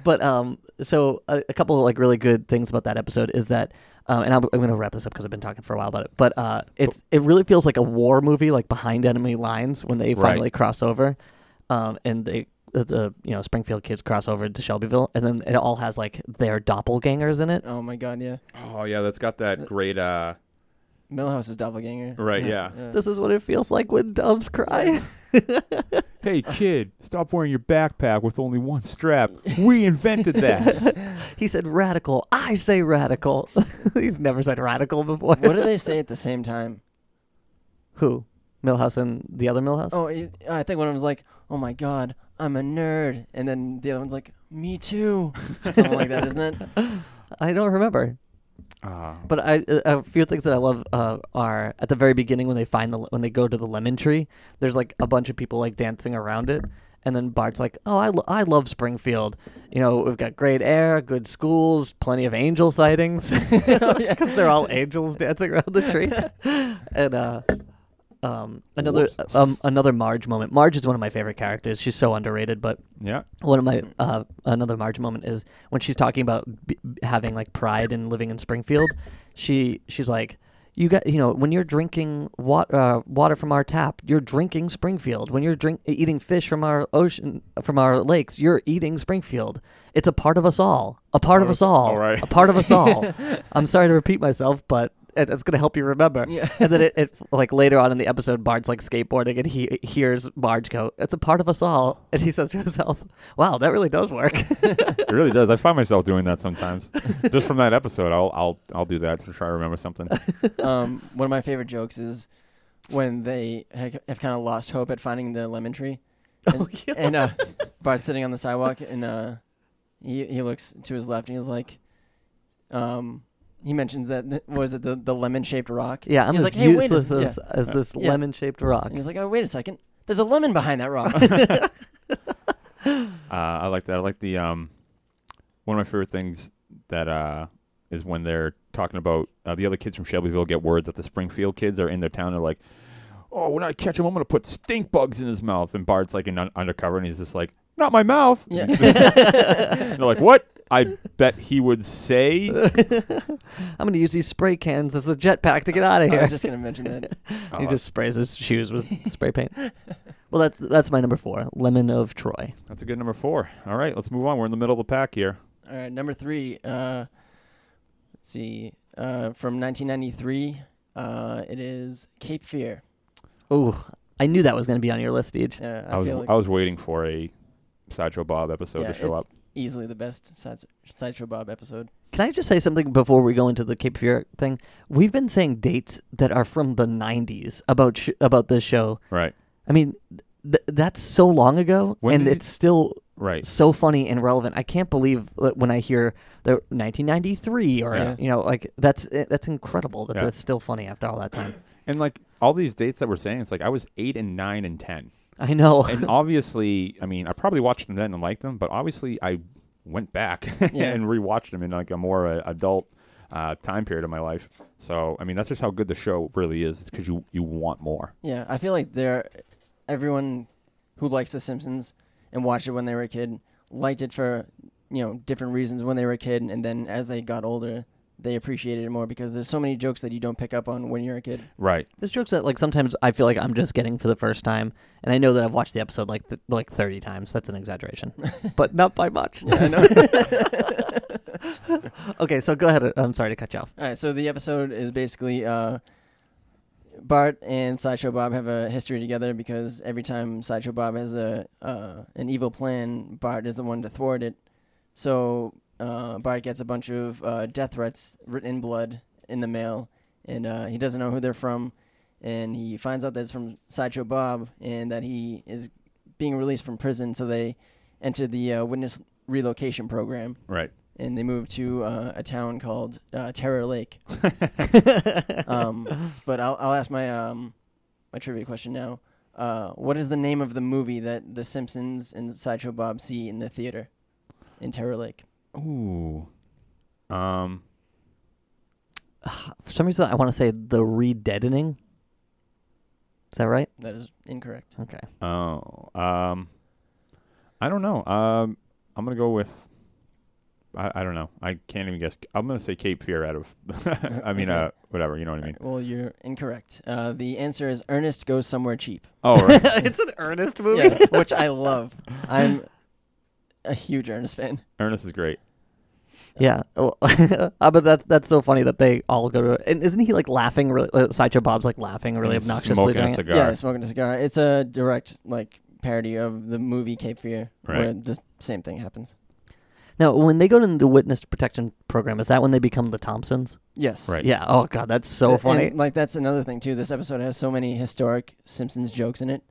but um, so a, a couple of like really good things about that episode is that, um, and I'm, I'm going to wrap this up because I've been talking for a while about it. But uh, it's it really feels like a war movie, like behind enemy lines when they
Right.
finally cross over, um, and they the- the you know Springfield kids cross over to Shelbyville, and then it all has like their doppelgangers in it.
oh my god, yeah.
oh yeah, that's got that great. Uh,
Millhouse's doppelganger.
right. Yeah.
This is what it feels like when doves cry.
Hey kid, stop wearing your backpack with only one strap. We invented that.
he said radical. I say radical. He's never said radical before.
What do they say at the same time?
Who? Millhouse and the other Millhouse?
Oh, y- I think one of them's like, "Oh my god, I'm a nerd," and then the other one's like, "Me too," something like that, isn't it?
I don't remember.
Uh,
But I, a a few things that I love uh, are at the very beginning when they find the when they go to the lemon tree. There's like a bunch of people like dancing around it, and then Bart's like, "Oh, I, lo- I love Springfield. You know, we've got great air, good schools, plenty of angel sightings because they're all angels dancing around the tree." and uh, um, another
Whoops.
um, another Marge moment. Marge is one of my favorite characters. She's so underrated, but
yeah.
one of my uh, another Marge moment is when she's talking about b- b- having like pride in living in Springfield. She she's like, you got you know when you're drinking water uh, water from our tap, you're drinking Springfield. When you're drink e, eating fish from our ocean from our lakes, you're eating Springfield. It's a part of us all. A part of us all.
all right.
A part of us all. I'm sorry to repeat myself, but. it- It's gonna help you remember, and then it, it like later on in the episode, Bart's like skateboarding, and he hears Marge go, "It's a part of us all," and he says to himself, "Wow, that really does work."
It really does. I find myself doing that sometimes. Just from that episode, I'll I'll I'll do that to try to remember something.
um, one of my favorite jokes is when they ha- have kind of lost
Oh,
hope at finding the lemon tree. And, and uh, Bart's sitting on the sidewalk, and uh, he he looks to his left and he's like, um, he mentions that th- what was it the the lemon shaped rock?
Yeah, I'm
he's
as
like, hey, wait a
useless
s- yeah."
as, as this
Yeah.
lemon-shaped rock.
And he's like, oh wait a second, there's a lemon behind that rock.
Uh, I like that. I like the um, one of my favorite things that uh is when they're talking about uh, the other kids from Shelbyville get word that the Springfield kids are in their town. They're like, "Oh, when I catch him, I'm gonna put stink bugs in his mouth." And Bart's like in un- undercover, and he's just like, "Not my mouth."
Yeah.
they're like, "What?" I bet he would say. "Oh,
I'm going to use these spray cans as a jetpack to get out of
I
here.
was just gonna mention that.
he just sprays his shoes with spray paint. Well, that's that's my number four, Lemon of Troy.
That's a good number four. All right, let's move on. We're in the middle of the pack here.
All right, number three. Uh, let's see, uh, from 1993, uh, it is Cape Fear.
Ooh, I knew that was going to be on your list, Deej.
Yeah, I,
I, was
feel like
I was waiting for a Sideshow Bob episode
Yeah,
to show
it's-
up.
easily the best Sides- Sideshow Bob episode.
Can I just say something before we go into the Cape Fear thing? We've been saying dates that are from the 90s about sh- about this show.
Right,
I mean, th- that's so long ago,
When
and
did
it's still
right.
so funny and relevant. I can't believe that when I hear the 1993 or
Yeah.
you know, like that's eh, that's incredible that
Yeah.
that's still funny after all that time.
And like all these dates that we're saying, it's like I was eight and nine and ten.
I know.
And obviously, I mean, I probably watched them then and liked them, but obviously, I went back
Yeah.
and rewatched them in like a more uh, adult uh, time period of my life. So I mean, that's just how good the show really is. It's because you you want more.
Yeah, I feel like there, everyone who likes The Simpsons and watched it when they were a kid liked it for you know different reasons when they were a kid, and then as they got older, they appreciated it more because there's so many jokes that you don't pick up on when you're a kid.
Right.
There's jokes that like sometimes I feel like I'm just getting for the first time, and I know that I've watched the episode like th- like 30 times. That's an exaggeration, but not by much.
I know.
okay, so go ahead. Uh, I'm sorry to cut you off.
All right, so the episode is basically uh, Bart and Sideshow Bob have a history together because every time Sideshow Bob has a uh, an evil plan, Bart is the one to thwart it. So uh, Bart gets a bunch of uh, death threats written in blood in the mail, and uh, he doesn't know who they're from. And he finds out that it's from Sideshow Bob, and that he is being released from prison. So they enter the uh, witness relocation program
Right.
and they moved to uh, a town called uh, Terror Lake. um, but I'll, I'll ask my um, my trivia question now. Uh, what is the name of the movie that The Simpsons and Sideshow Bob see in the theater in Terror Lake?
Ooh. Um.
For some reason, I want to say the re-deadening. Is that right?
That is incorrect.
Okay.
Oh. Um. I don't know. Um. I'm gonna go with. I, I don't know. I can't even guess. I'm gonna say Cape Fear out of. I mean,
Okay.
uh, whatever. You know what I mean.
Alright, well, you're incorrect. Uh, the answer is Ernest Goes Somewhere Cheap,
Oh, right.
it's an earnest movie.
yeah, which I love. I'm a huge Ernest fan.
Ernest is great.
Yeah, well, uh, but that that's so funny that they all go to. And isn't he like laughing? Really, uh, Sideshow Bob's like laughing really
And
obnoxiously
smoking
during
a
it.
cigar.
Yeah, smoking a cigar. It's a direct like parody of the movie Cape Fear, where
Right.
the same thing happens.
Now, when they go to the witness protection program, is that when they become the Thompsons?
Yes.
Right.
Yeah. Oh God, that's so
And,
funny.
like that's another thing too. This episode has so many historic Simpsons jokes in it.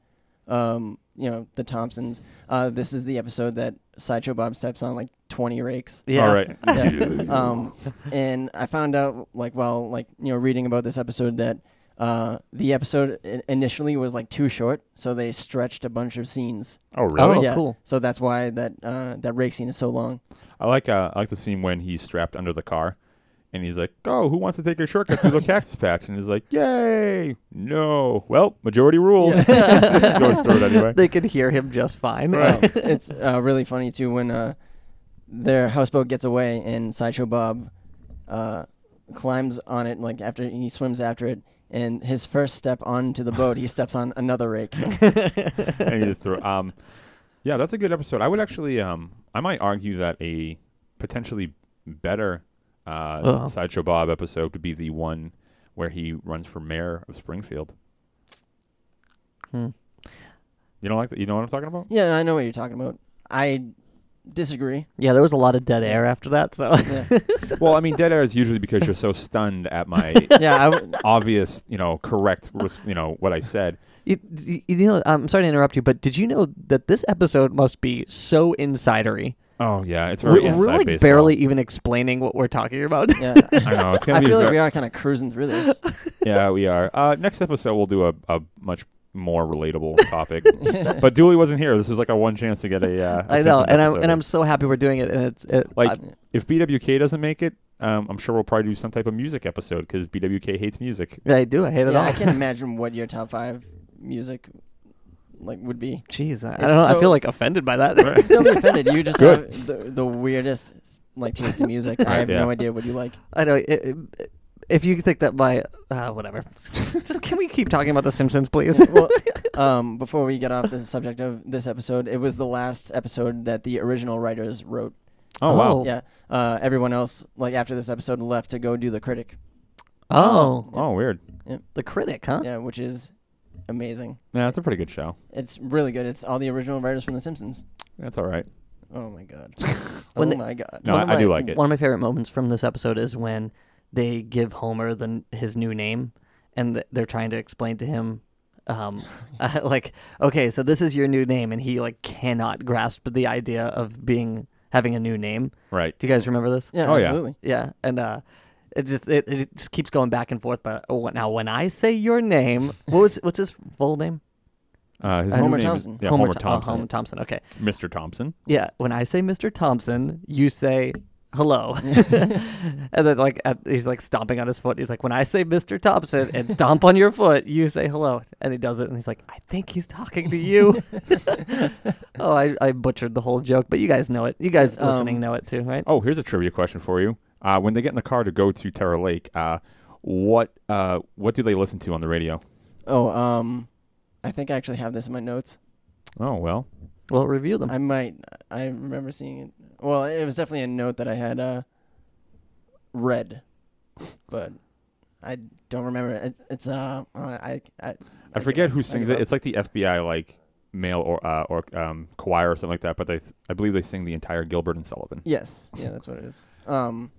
Um, you know the Thompsons. Uh, this is the episode that Sideshow Bob steps on like twenty rakes.
yeah.
All right.
Yeah. um, and I found out like while like you know reading about this episode that uh, the episode i- initially was like too short, so they stretched a bunch of scenes.
Oh, really?
Oh,
yeah.
cool.
So that's why that uh, that rake scene is so long.
I like uh, I like the scene when he's strapped under the car, and he's like, "Oh, who wants to take a shortcut through the cactus patch?" And he's like, "Yay! No. Well, majority rules. Just goes through it anyway."
They could hear him just fine.
Um, it's uh, really funny too when uh, their houseboat gets away and Sideshow Bob uh, climbs on it like after he swims after it and his first step onto the boat he steps on another rake.
and he just throw. Um, yeah, that's a good episode. I would actually, um, I might argue that a potentially better uh,
Uh-oh.
sideshow Bob episode would be the one where he runs for mayor of Springfield.
Hmm.
You don't like that? You know what I'm talking about?
yeah, I know what you're talking about. I disagree.
Yeah, there was a lot of dead air after that. So
Yeah,
well, I mean, dead air is usually because you're so stunned at my
yeah I w-
obvious, you know, correct, res- you know, what I said.
you, you, you know, I'm sorry to interrupt you, but did you know that this episode must be so insidery
Oh yeah, it's
We're,
very inside
we're like
baseball.
barely even explaining what we're talking about.
Yeah.
I know it's gonna
I
be.
feel like
very-
we are kind of cruising through this.
yeah, we are. Uh, next episode, we'll do a, a much more relatable topic. but Dooley wasn't here. This is like a one chance to get a. Uh, a
I know,
Simpsons
and I'm
episode
and
in.
I'm so happy we're doing it. And it's it,
like,
I-
if BWK doesn't make it, um, I'm sure we'll probably do some type of music episode because BWK hates music.
I, do. I hate it
Yeah,
all.
I can't imagine what your top five music like would be.
Jeez, I, I
It's
don't. know, I
so-
feel like offended by that.
Don't be offended. You just
Good.
have the, the weirdest like taste in music. I
Right,
have
yeah.
no idea what you like.
I know. It, it- if you think that my uh, whatever, just can we keep talking about The Simpsons, please? Oh,
well, um, before we get off the subject of this episode, it was the last episode that the original writers wrote.
Oh, wow.
Oh.
Yeah, uh, everyone else like after this episode left to go do the critic.
oh,
Oh, weird.
the critic, huh?
Yeah, which is amazing.
Yeah, it's a pretty good show.
It's really good. It's all the original writers from The Simpsons.
That's all right.
Oh my god. oh
When they-
my god.
No,
One of
I, I do
my-
like it.
One of my favorite moments from this episode is when they give Homer the n- his new name, and th- they're trying to explain to him, um, uh, like, okay, so this is your new name, and he like cannot grasp the idea of being having a new name.
Right.
Do you guys remember this?
Yeah,
Oh, yeah.
absolutely.
Yeah, and uh, it just it, it just keeps going back and forth. But oh, now when I say your name, what was what's his full name?
Uh, his
Homer
new name is-
Thompson.
yeah, Homer,
Tho- oh,
Thompson.
Homer Thompson. Okay.
Mr. Thompson.
Yeah, when I say Mr. Thompson, you say hello, and then like at, he's like stomping on his foot. He's like, when I say Mr. Thompson and stomp on your foot, you say hello, and he does it, and he's like, I think he's talking to you. oh, I, I butchered the whole joke, but you guys know it. You guys
Um,
listening know it too, right?
Oh, here's a trivia question for you. Uh, when they get in the car to go to Terra Lake, uh, what uh, what do they listen to on the radio?
Oh, um I think I actually have this in my notes.
Oh well,
Well, review them.
I might I remember seeing it. Well, it was definitely a note that I had uh read. But I don't remember. It, it's uh I I I,
I
give
forget
up.
who
I
sings
give
it.
up.
It's like the FBI like male or uh, or um, choir or something like that. But they, I believe they sing the entire Gilbert and Sullivan.
Yes. Yeah, that's what it is. Um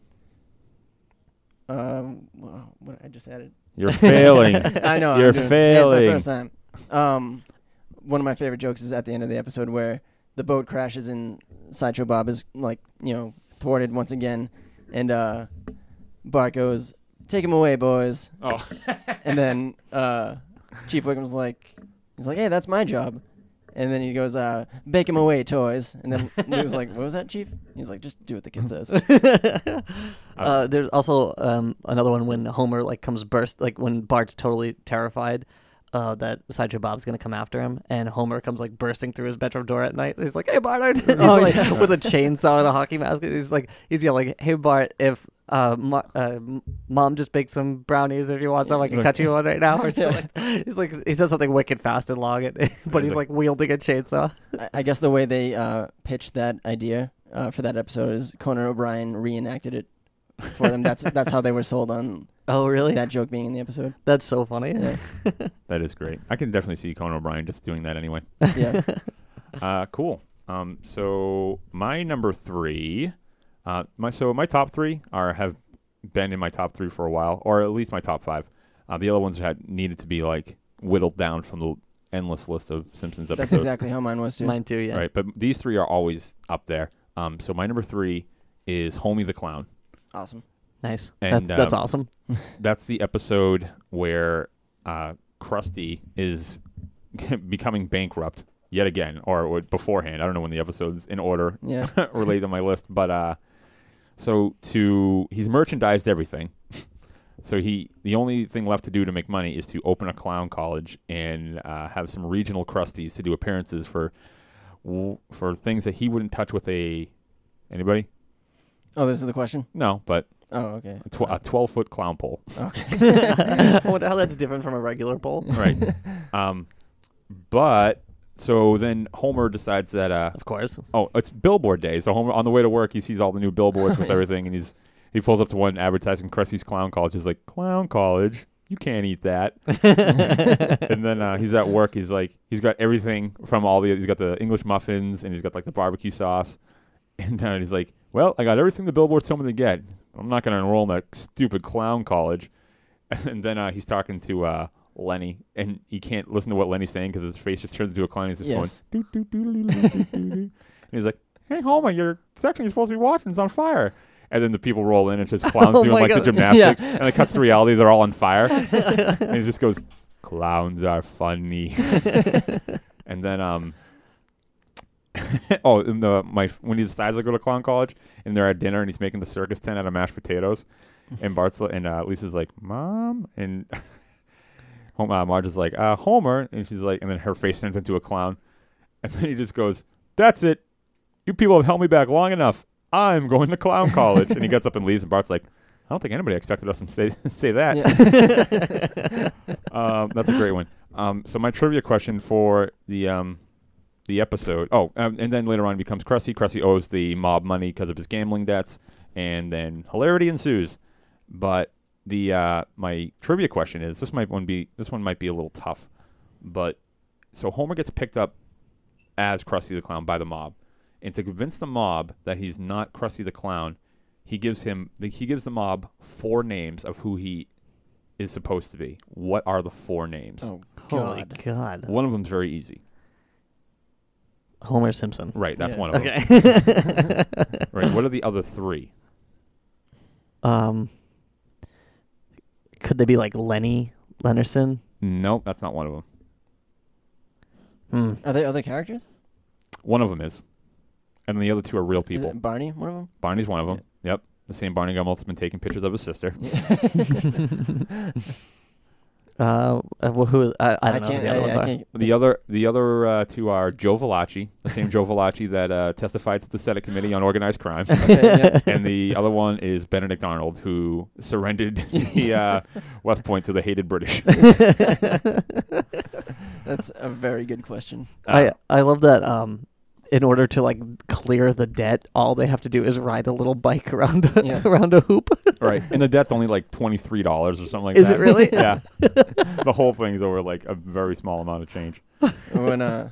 um well, what I just added.
You're failing.
I know.
You're
I'm doing, yeah,
failing.
It's my first time. Um, one of my favorite jokes is at the end of the episode where the boat crashes and Sideshow Bob is like, you know, thwarted once again, and uh, Bart goes, "Take him away, boys,"
oh,
and then uh, Chief Wickham's like, he's like, "Hey, that's my job." And then he goes, uh, "Bake him away, toys." And then he was like, "What was that, Chief?" He's like, "Just do what the kid says."
uh, there's also um, another one when Homer like comes burst, like when Bart's totally terrified uh, that Sideshow Bob's gonna come after him, and Homer comes like bursting through his bedroom door at night. He's like, "Hey Bart!" he's like with a chainsaw and a hockey mask. and He's like, he's yelling, "Hey Bart, if uh, mo- uh, m- mom just baked some brownies, if you want some, I can cut you one right now." Or something. he's like, he says something wicked fast and long, and, but he's like wielding a chainsaw.
I- I guess the way they uh, pitched that idea uh, for that episode is Conan O'Brien reenacted it for them. That's that's how they were sold on
Oh really?
that joke being in the episode.
That's so funny.
Yeah,
that is great. I can definitely see Conan O'Brien just doing that anyway.
yeah.
Uh, cool. Um, so my number three, uh, my so my top three are have been in my top three for a while, or at least my top five. Uh, the other ones had needed to be like whittled down from the endless list of Simpsons episodes.
that's exactly how mine was too.
Mine too. Yeah.
Right, but these three are always up there. Um, so my number three is Homie the Clown.
Awesome.
Nice.
And,
that's, that's
um,
awesome.
That's the episode where uh, Krusty is becoming bankrupt yet again, or, or beforehand. I don't know when the episode's in order
Yeah.
related to my list, but uh, so to he's merchandised everything. So he the only thing left to do to make money is to open a clown college and uh, have some regional crusties to do appearances for w- for things that he wouldn't touch with a anybody.
Oh, this is the question.
No, but
Oh, okay.
a tw- a twelve foot clown pole.
I wonder how that's different from a regular bowl.
Right. um, but so then Homer decides that uh,
Of course.
Oh, it's billboard day. So Homer, on the way to work, he sees all the new billboards with everything, and he's he pulls up to one advertising Krusty's Clown College. He's like, "Clown College, you can't eat that." and then uh, he's at work. He's like, he's got everything from all the. He's got the English muffins, and he's got like the barbecue sauce. And then he's like, "Well, I got everything the billboards told me to get. I'm not going to enroll in that stupid clown college." And then uh, he's talking to uh, Lenny, and he can't listen to what Lenny's saying because his face just turns into a clown. He's just
Yes.
going, "Doo, doo, doo, doo, doo, doo, doo, doo." and he's like, "Hey, Homer, your section you're supposed to be watching is on fire." And then the people roll in and it's just clowns
Oh
doing
my
like the
God.
gymnastics,
Yeah.
and it cuts to reality. They're all on fire, and it just goes, "Clowns are funny." and then, um, oh, and the, my when he decides to go to clown college, and they're at dinner, and he's making the circus tent out of mashed potatoes, and Bart's li- and uh, Lisa's like, "Mom," and Home, uh, Marge is like, uh, Homer. And she's like, and then her face turns into a clown. And then he just goes, That's it. You people have held me back long enough. I'm going to clown college. and he gets up and leaves. And Bart's like, I don't think anybody expected us to say, say that. um, that's a great one. Um, so my trivia question for the um, the episode. Oh, um, and then later on it becomes Cressy. Cressy owes the mob money because of his gambling debts, and then hilarity ensues. But the uh, my trivia question is this might one be this one might be a little tough, but so Homer gets picked up as Krusty the Clown by the mob, and to convince the mob that he's not Krusty the Clown, he gives him he gives the mob four names of who he is supposed to be. What are the four names?
Oh
Holy
God.
God.
One of them's very easy.
Homer Simpson.
Right, that's
Yeah.
one of them.
Okay.
Right. What are the other three?
um, could they be like Lenny Lennerson?
Nope, that's not one of them.
Hmm.
Are there other characters?
One of them is, and then the other two are real
Is
people.
it Barney, one of them?
Barney's one of them. Yep, the same Barney Gumbel's been taking pictures of his sister.
Uh, uh, well, who? I, I don't know.
can't.
who the other
I,
ones
I
are.
can't.
The other, the other uh, two are Joe Valachi, the same Joe Valachi that uh, testified to the Senate Committee on Organized Crime,
Okay, yeah.
and the other one is Benedict Arnold, who surrendered the uh, West Point to the hated British.
That's a very good question.
Uh,
I I love that. Um, in order to like clear the debt, all they have to do is ride a little bike around a,
Yeah.
around a hoop.
right, and the debt's only like twenty three dollars or something like
Is it
that.
really?
yeah, the whole thing's over like a very small amount of change.
when uh,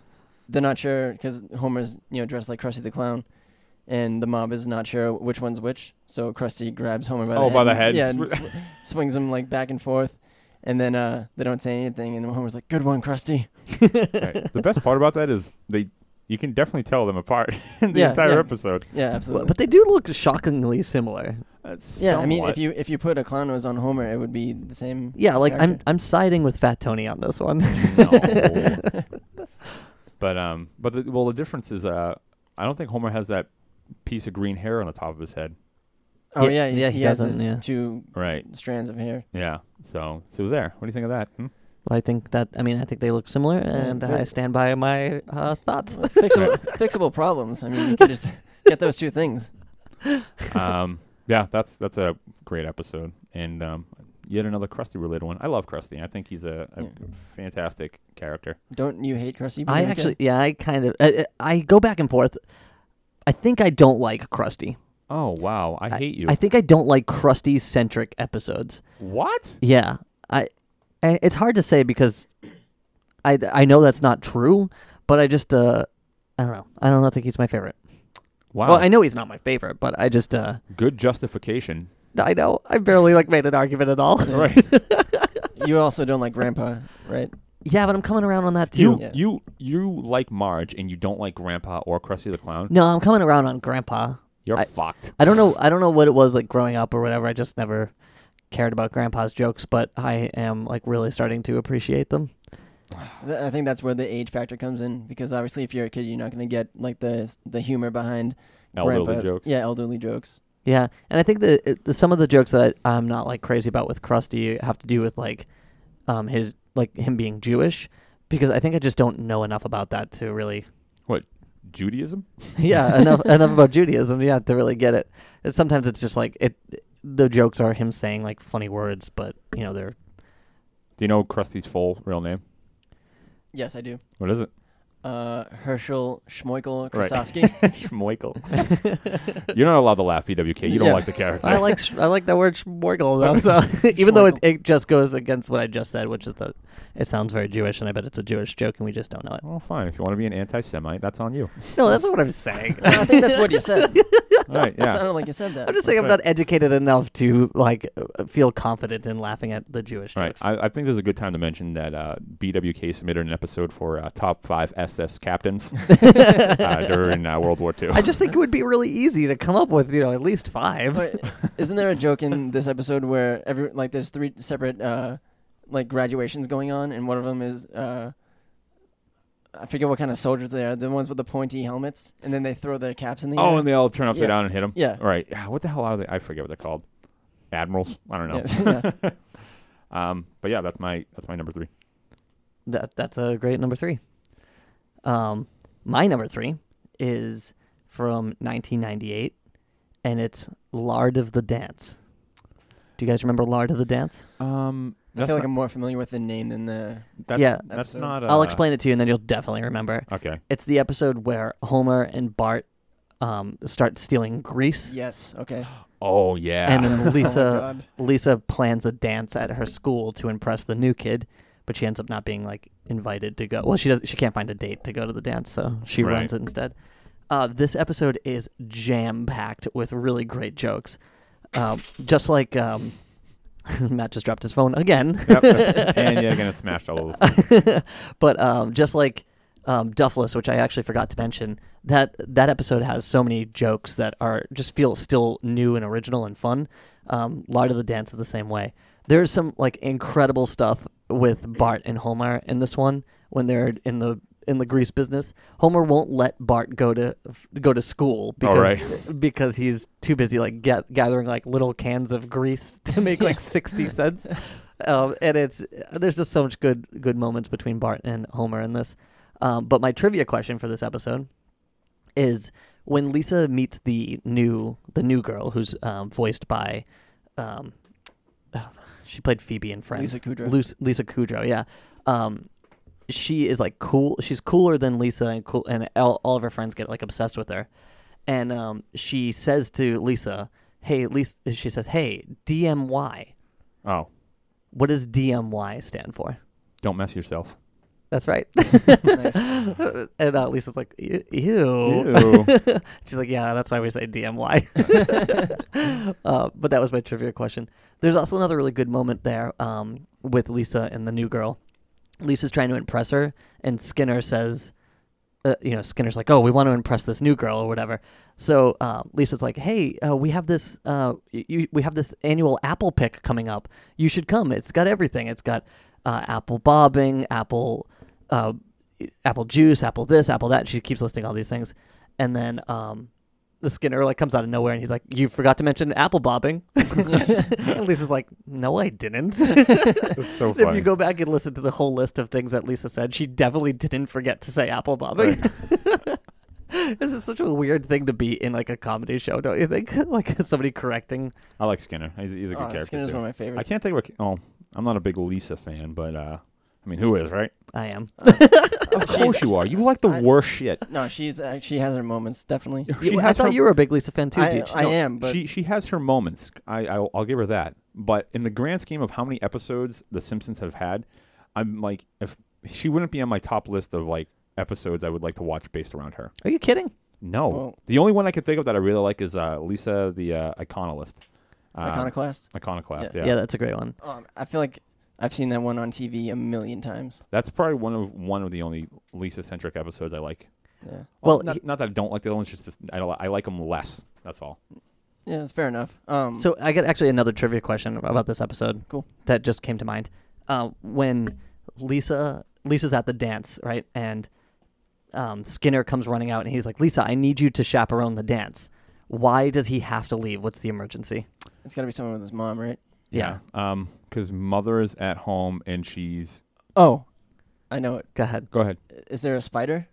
they're not sure because Homer's you know dressed like Krusty the Clown, and the mob is not sure which one's which. So Krusty grabs Homer by the
Oh,
head
by the
and-
head.
yeah, and sw- swings him like back and forth, and then uh, they don't say anything, and Homer's like, "Good one, Krusty."
Right. The best part about that is they, you can definitely tell them apart in the
Yeah,
entire
yeah.
episode.
Yeah,
Well,
absolutely.
but they do look shockingly similar.
That's
yeah, I mean,
somewhat-
if you if you put a clown nose on Homer, it would be the same.
Yeah, like I'm
character.
I'm siding with Fat Tony on this one.
No. but um, but the, well, the difference is uh, I don't think Homer has that piece of green hair on the top of his head.
Oh
Yeah,
yeah, he's-
yeah, he
he, has
doesn't,
his
yeah.
two
Right.
strands of hair.
Yeah. So so there. What do you think of that? Hmm?
Well, I think that I mean I think they look similar, and I
they-
stand by my uh, thoughts.
fixable, fixable problems. I mean, you can just get those two things.
um, yeah, that's that's a great episode, and um, yet another Krusty related one. I love Krusty. I think he's a, a
Yeah.
fantastic character.
Don't you hate Krusty?
I
Beaver Kid?
actually yeah I kind of I, I I go back and forth. I think I don't like Krusty.
Oh wow, I, hate you.
I think I don't like Krusty centric episodes.
what?
Yeah, I, I it's hard to say because I I know that's not true, but I just uh I don't know. I don't know, I think he's my favorite.
Wow.
Well, I know he's not my favorite, but I just uh
Good justification.
I know I barely like made an argument at all.
Right.
You also don't like Grandpa, right?
yeah, but I'm coming around on that too.
you
Yeah.
you you like Marge, and you don't like Grandpa or Krusty the Clown.
No, I'm coming around on Grandpa.
You're
I-
fucked.
I don't know. I don't know what it was like growing up or whatever. I just never cared about Grandpa's jokes, but I am like really starting to appreciate them.
Th- I think that's where the age factor comes in because obviously, if you're a kid, you're not going to get like the the humor behind
Elderly
Grandpa's-
jokes.
Yeah, elderly jokes.
Yeah, and I think that it- the, some of the jokes that I'm not like crazy about with Krusty have to do with like um his like him being Jewish because I think I just don't know enough about that to really
What? Judaism?
yeah enough enough about Judaism yeah to really get it. And sometimes it's just like it the jokes are him saying like funny words, but you know they're
Do you know Krusty's full real name?
Yes, I do.
What is it?
Uh, Herschel Schmeichel
Right.
Krasowski.
Schmeichel. You're not allowed to laugh, PWK. You don't
Yeah.
like the character.
I like sh- I like that word schmorgel though. So even though it,
Schmorgel.
it just goes against what I just said, which is that it sounds very Jewish, and I bet it's a Jewish joke, and we just don't know it.
Well, fine. If you want to be an anti-Semite, that's on you.
No, that's not what I'm saying.
I think that's what you said.
All right.
It
Yeah.
sounded like you said that.
I'm just saying I'm
That's
not educated enough to like uh, feel confident in laughing at the Jewish
All right.
jokes.
I, I think this is a good time to mention that uh, BWK submitted an episode for uh, top five UNSS captains uh, during uh, World War II.
I just think it would be really easy to come up with, you know, at least five.
But isn't there a joke in this episode where every like there's three separate uh, like graduations going on, and one of them is uh, I forget what kind of soldiers they are. The ones with the pointy helmets, and then they throw their caps in the air.
oh, and they all turn upside
Yeah.
down and hit them.
Yeah.
Right. Yeah, What the hell are they? I forget what they're called. Admirals. I don't know.
Yeah, yeah.
Um. But yeah, that's my that's my number three.
That that's a great number three. Um, my number three is from 1998, and it's Lard of the Dance. Do you guys remember Lard of the Dance?
Um.
I
That's
feel like
not,
I'm more familiar with the name than the.
that's,
yeah.
That's
Episode.
not.
I'll
uh,
explain it to you, and then you'll definitely remember.
Okay.
It's the episode where Homer and Bart um, start stealing grease,
Yes. Okay.
Oh yeah.
and then Lisa
God.
Lisa plans a dance at her school to impress the new kid, but she ends up not being like invited to go. Well, she does. She can't find a date to go to the dance, so she
Right.
runs it instead. Uh, this episode is jam packed with really great jokes, um, just like um, Matt just dropped his phone again.
Yep. and yet again, it's smashed all over. the place.
but um, just like um, Duffless, which I actually forgot to mention, that that episode has so many jokes that are just feel still new and original and fun. Um, Lard of the Dance is the same way. There's some like incredible stuff with Bart and Homer in this one when they're in the in the grease business. Homer won't let Bart go to go to school
All
because
right.
because he's too busy like get, gathering like little cans of grease to make like 60 cents um, and it's there's just so much good good moments between bart and homer in this um, but my trivia question for this episode is when lisa meets the new the new girl who's um, voiced by um, oh, she played phoebe in friends
Lisa Kudrow.
Lus- lisa kudrow yeah um, she is like cool. She's cooler than Lisa, and cool, and all, all of her friends get like obsessed with her. And um, she says to Lisa, "Hey, Lisa," she says, "Hey, DMY.
Oh,
What does DMY stand for?"
don't mess yourself.
That's right.
nice.
and uh, Lisa's like, "E- "Ew."
Ew.
She's like, "Yeah, that's why we say DMY." uh, but that was my trivia question. There's also another really good moment there um, with Lisa and the new girl. Lisa's trying to impress her, and Skinner says, uh, "You know, Skinner's like, oh, we want to impress this new girl or whatever." So uh, Lisa's like, "Hey, uh, we have this, uh, y- you, we have this annual apple pick coming up. You should come. It's got everything. It's got uh, apple bobbing, apple, uh, apple juice, apple this, apple that." She keeps listing all these things, and then um, the Skinner like comes out of nowhere and he's like, "You forgot to mention apple bobbing." and Lisa's like, "No, I didn't."
That's so
If
funny.
you go back and listen to the whole list of things that Lisa said, she definitely didn't forget to say apple bobbing. this is such a weird thing to be in like a comedy show, don't you think? like somebody correcting.
I like Skinner. He's, he's a good
Oh,
character.
Skinner's
too.
one of my
I
favorites.
can't think of. A, oh, I'm not a big Lisa fan, but uh, I mean, who is right?
I am.
Uh, Of
Of course you are. You like the
I-
worst shit.
No, she's uh, she has her moments definitely.
She
You- I
has
thought
her-
you were a big Lisa fan too,
I,
Deej.
I am, but
she she has her moments. I I'll, I'll give her that. But in the grand scheme of how many episodes The Simpsons have had, I'm like, if she wouldn't be on my top list of like episodes I would like to watch based around her.
Are you kidding?
No,
Well-
the only one I can think of that I really like is uh, Lisa the uh, Iconolist. Uh,
iconoclast.
Iconoclast.
Yeah.
Yeah.
that's a great one.
Um, I feel like I've seen that one on TV a million times.
that's probably one of one of the only Lisa centric episodes I like.
Yeah,
Well,
not,
he-
not that I don't like the other ones, just just I, don't, I like them less. That's all.
yeah, it's fair enough. Um,
So I got actually another trivia question about this episode.
Cool.
That just came to mind. Uh, when Lisa Lisa's at the dance, right, and um, Skinner comes running out and he's like, "Lisa, I need you to chaperone the dance." Why does he have to leave? What's the emergency?
it's got to be someone with his mom, right?
Yeah.
Um, because mother is at home and she's
Oh, I know it.
Go ahead.
go ahead.
Is there a spider?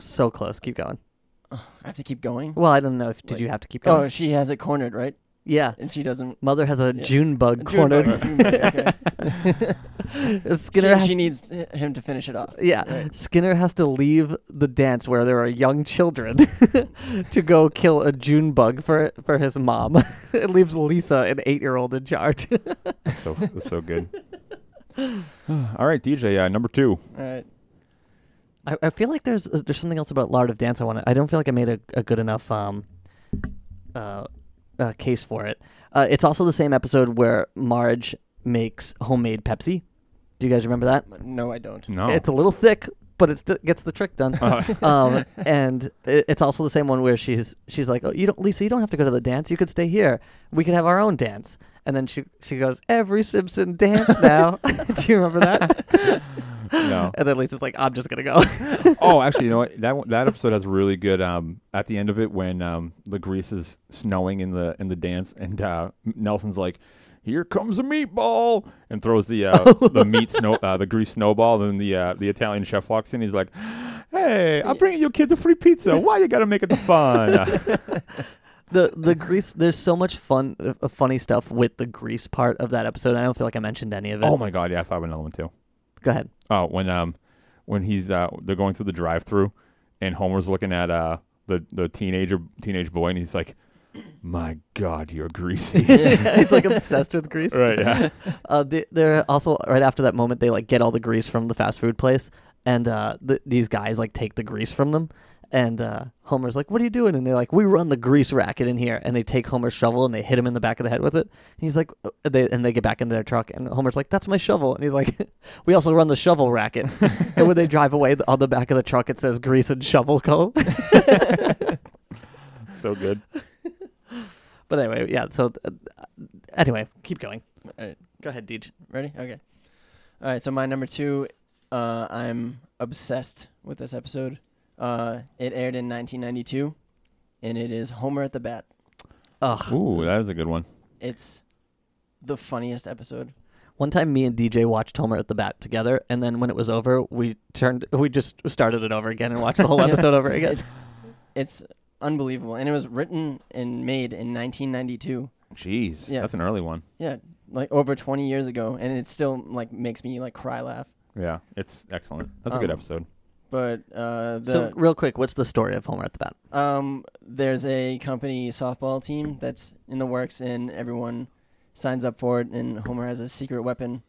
So close. Keep going.
I have to keep going.
Well, I don't know if did
Like-
you have to keep going.
Oh, she has it cornered, right?
yeah.
And she doesn't.
Mother has a
Yeah.
June bug cornered.
okay.
Skinner
she,
has
she needs h- him to finish it off.
Yeah, Skinner has to leave the dance where there are young children to go kill a June bug for for his mom. it leaves Lisa, an eight year old, in charge.
That's so that's so good. all right, DJ, uh, number two.
All right.
I, I feel like there's uh, there's something else about Lard of Dance I want. to I don't feel like I made a, a good enough um uh, uh case for it. Uh, it's also the same episode where Marge makes homemade Pepsi. Do you guys remember that?
No, I don't.
No,
It's a little thick, but it st- gets the trick done.
Oh.
um, and it, it's also the same one where she's she's like, "Oh, you don't, Lisa, you don't have to go to the dance. You could stay here. We could have our own dance." And then she she goes, "Every Simpson dance now." Do you remember that?
No.
And then Lisa's like, "I'm just gonna go."
oh, actually, you know what? That one- that episode has a really good. Um, at the end of it, when um, Grease is snowing in the in the dance, and uh, Nelson's like, "Here comes a meatball," and throws the uh, the meat snow uh, the grease snowball. Then the uh, the Italian chef walks in. He's like, "Hey, I'm bringing your kid a free pizza. Why you gotta make it the fun?"
the the grease. There's so much fun, uh, funny stuff with the grease part of that episode. I don't feel like I mentioned any of it.
oh my god, yeah, I thought of another one too.
Go ahead.
Oh, when um, when he's uh, they're going through the drive-through, and Homer's looking at uh the the teenager teenage boy, and he's like, "My God, you're greasy."
He's like obsessed with grease.
right. Yeah.
Uh, they, they're also right after that moment. They like get all the grease from the fast food place, and uh, th- these guys like take the grease from them. And uh, Homer's like, "What are you doing?" And they're like, "We run the grease racket in here." And they take Homer's shovel and they hit him in the back of the head with it. And he's like, uh, they, and they get back into their truck. And Homer's like, "That's my shovel." And he's like, "We also run the shovel racket." and when they drive away, the, on the back of the truck it says "Grease and Shovel Co."
So good.
but anyway, yeah. So uh, anyway, keep going.
All right.
Go ahead, Deej.
Ready? Okay. All right. So my number two, uh, I'm obsessed with this episode. Uh, it aired in 1992, and it is Homer at the Bat.
Ugh.
Ooh, that is a good one.
It's the funniest episode.
One time, me and DJ watched Homer at the Bat together, and then when it was over, we turned, we just started it over again and watched the whole episode over again.
It's, it's unbelievable, and it was written and made in 1992.
Jeez,
Yeah.
that's an early one.
Yeah, like over 20 years ago, and it still like makes me like cry laugh.
Yeah, it's excellent. That's a good
Um,
episode.
But uh, the
so, real quick, what's the story of Homer at the Bat?
Um, there's a company softball team that's in the works, and everyone signs up for it. And Homer has a secret weapon,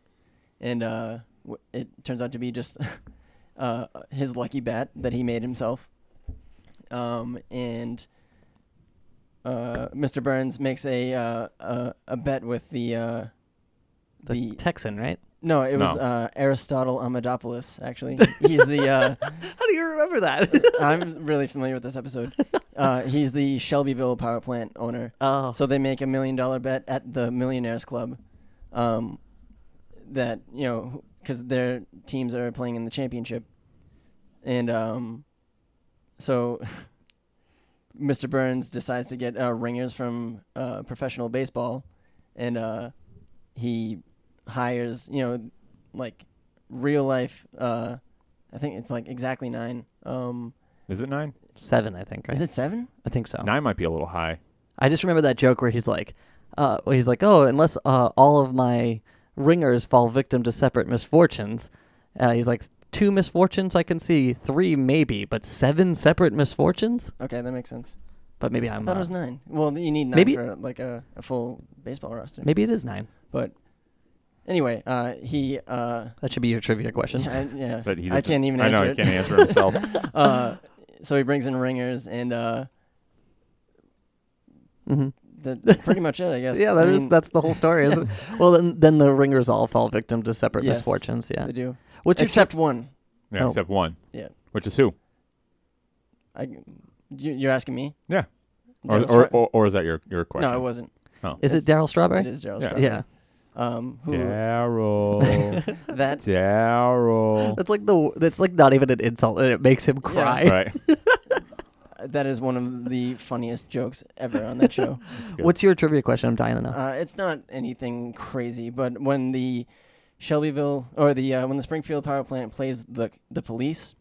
and uh, w- it turns out to be just uh, his lucky bat that he made himself. Um, and uh, Mr. Burns makes a uh, a, a bet with the uh,
The,
the
Texan, right?
no, it was
No.
uh, Aristotle Amadopoulos. Actually, he's the uh,
How do you remember that?
I'm really familiar with this episode. Uh, he's the Shelbyville power plant owner.
oh,
So they make a million dollar bet at the Millionaires Club um, that, you know, because their teams are playing in the championship. And um, so Mr. Burns decides to get uh, ringers from uh, professional baseball and uh, he hires, you know, like real life, uh, I think it's like exactly nine. Um,
Is it nine?
seven, I think. Right?
Is it seven?
I think so.
Nine might be a little high.
I just remember that joke where he's like, uh, where he's like, oh, unless uh, all of my ringers fall victim to separate misfortunes, uh, he's like, two misfortunes I can see, three maybe, but seven separate misfortunes.
Okay, that makes sense.
But maybe I'm.
I thought
uh,
it was nine. Well, you need nine
Maybe-
for like a, a full baseball roster.
Maybe it is nine.
But anyway, uh, he. Uh,
That should be your trivia question.
I, yeah,
But he
I
doesn't-
can't even
I
answer
know
it.
he can't answer himself.
uh, so he brings in ringers, and uh,
Mhm.
that- that's pretty much it, I guess.
Yeah,
I
that is
mean,
that's the whole story, isn't it? Well, then then the ringers all fall victim to separate
Yes,
misfortunes. Yeah,
They do.
which
Except one.
Yeah,
Oh.
except one.
Yeah.
Which is who?
I, you, you're asking me?
Yeah. Or
Gerald
or,
Stra-
or, or is that your your question?
no, it wasn't.
is it Daryl Strawberry?
It is Gerald
Yeah.
Stra-
Yeah,
Um, who
Daryl.
that
Daryl.
that's like the that's like not even an insult, and it makes him cry.
right.
that is one of the funniest jokes ever on that show.
good.
What's your trivia question? I'm dying to know.
Uh, it's not anything crazy, but when the Shelbyville or the uh, when the Springfield power plant plays the the police,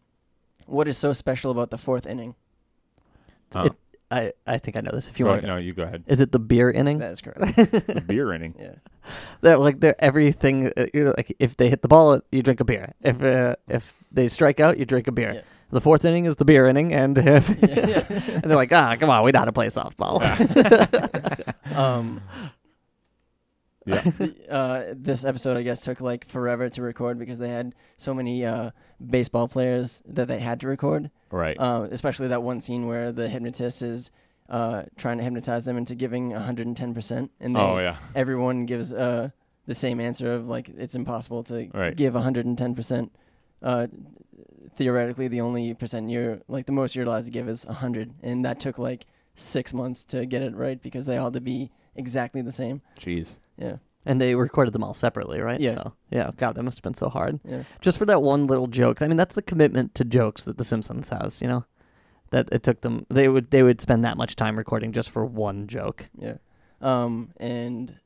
what is so special about the fourth inning?
Uh,
It- I I think I know this. If you
go
want,
ahead- Oh, no, you go ahead.
is it the beer inning?
That is correct.
The beer inning.
yeah.
That like they're everything. Uh, you know, like if they hit the ball, you drink a beer. If uh, if they strike out, you drink a beer.
Yeah.
The fourth inning is the beer inning, and, if,
Yeah.
and they're like, ah, come on, we know how to play softball.
Um,
Yeah.
the- uh, this episode, I guess, took like forever to record because they had so many uh, baseball players that they had to record.
Right.
Uh, especially that one scene where the hypnotist is uh, trying to hypnotize them into giving 110%. And they,
oh yeah.
everyone gives uh, the same answer of like it's impossible to
Right.
give 110 percent uh, theoretically the only percent you're like the most you're allowed to give is 100 and that took like 6 months to get it right because they all had to be exactly the same.
Jeez.
Yeah.
And they recorded them all separately, right?
Yeah.
So, yeah. God, that must have been so hard.
Yeah.
Just for that one little joke. I mean, that's the commitment to jokes that The Simpsons has. You know, that it took them. They would they would spend that much time recording just for one joke.
Yeah. Um, and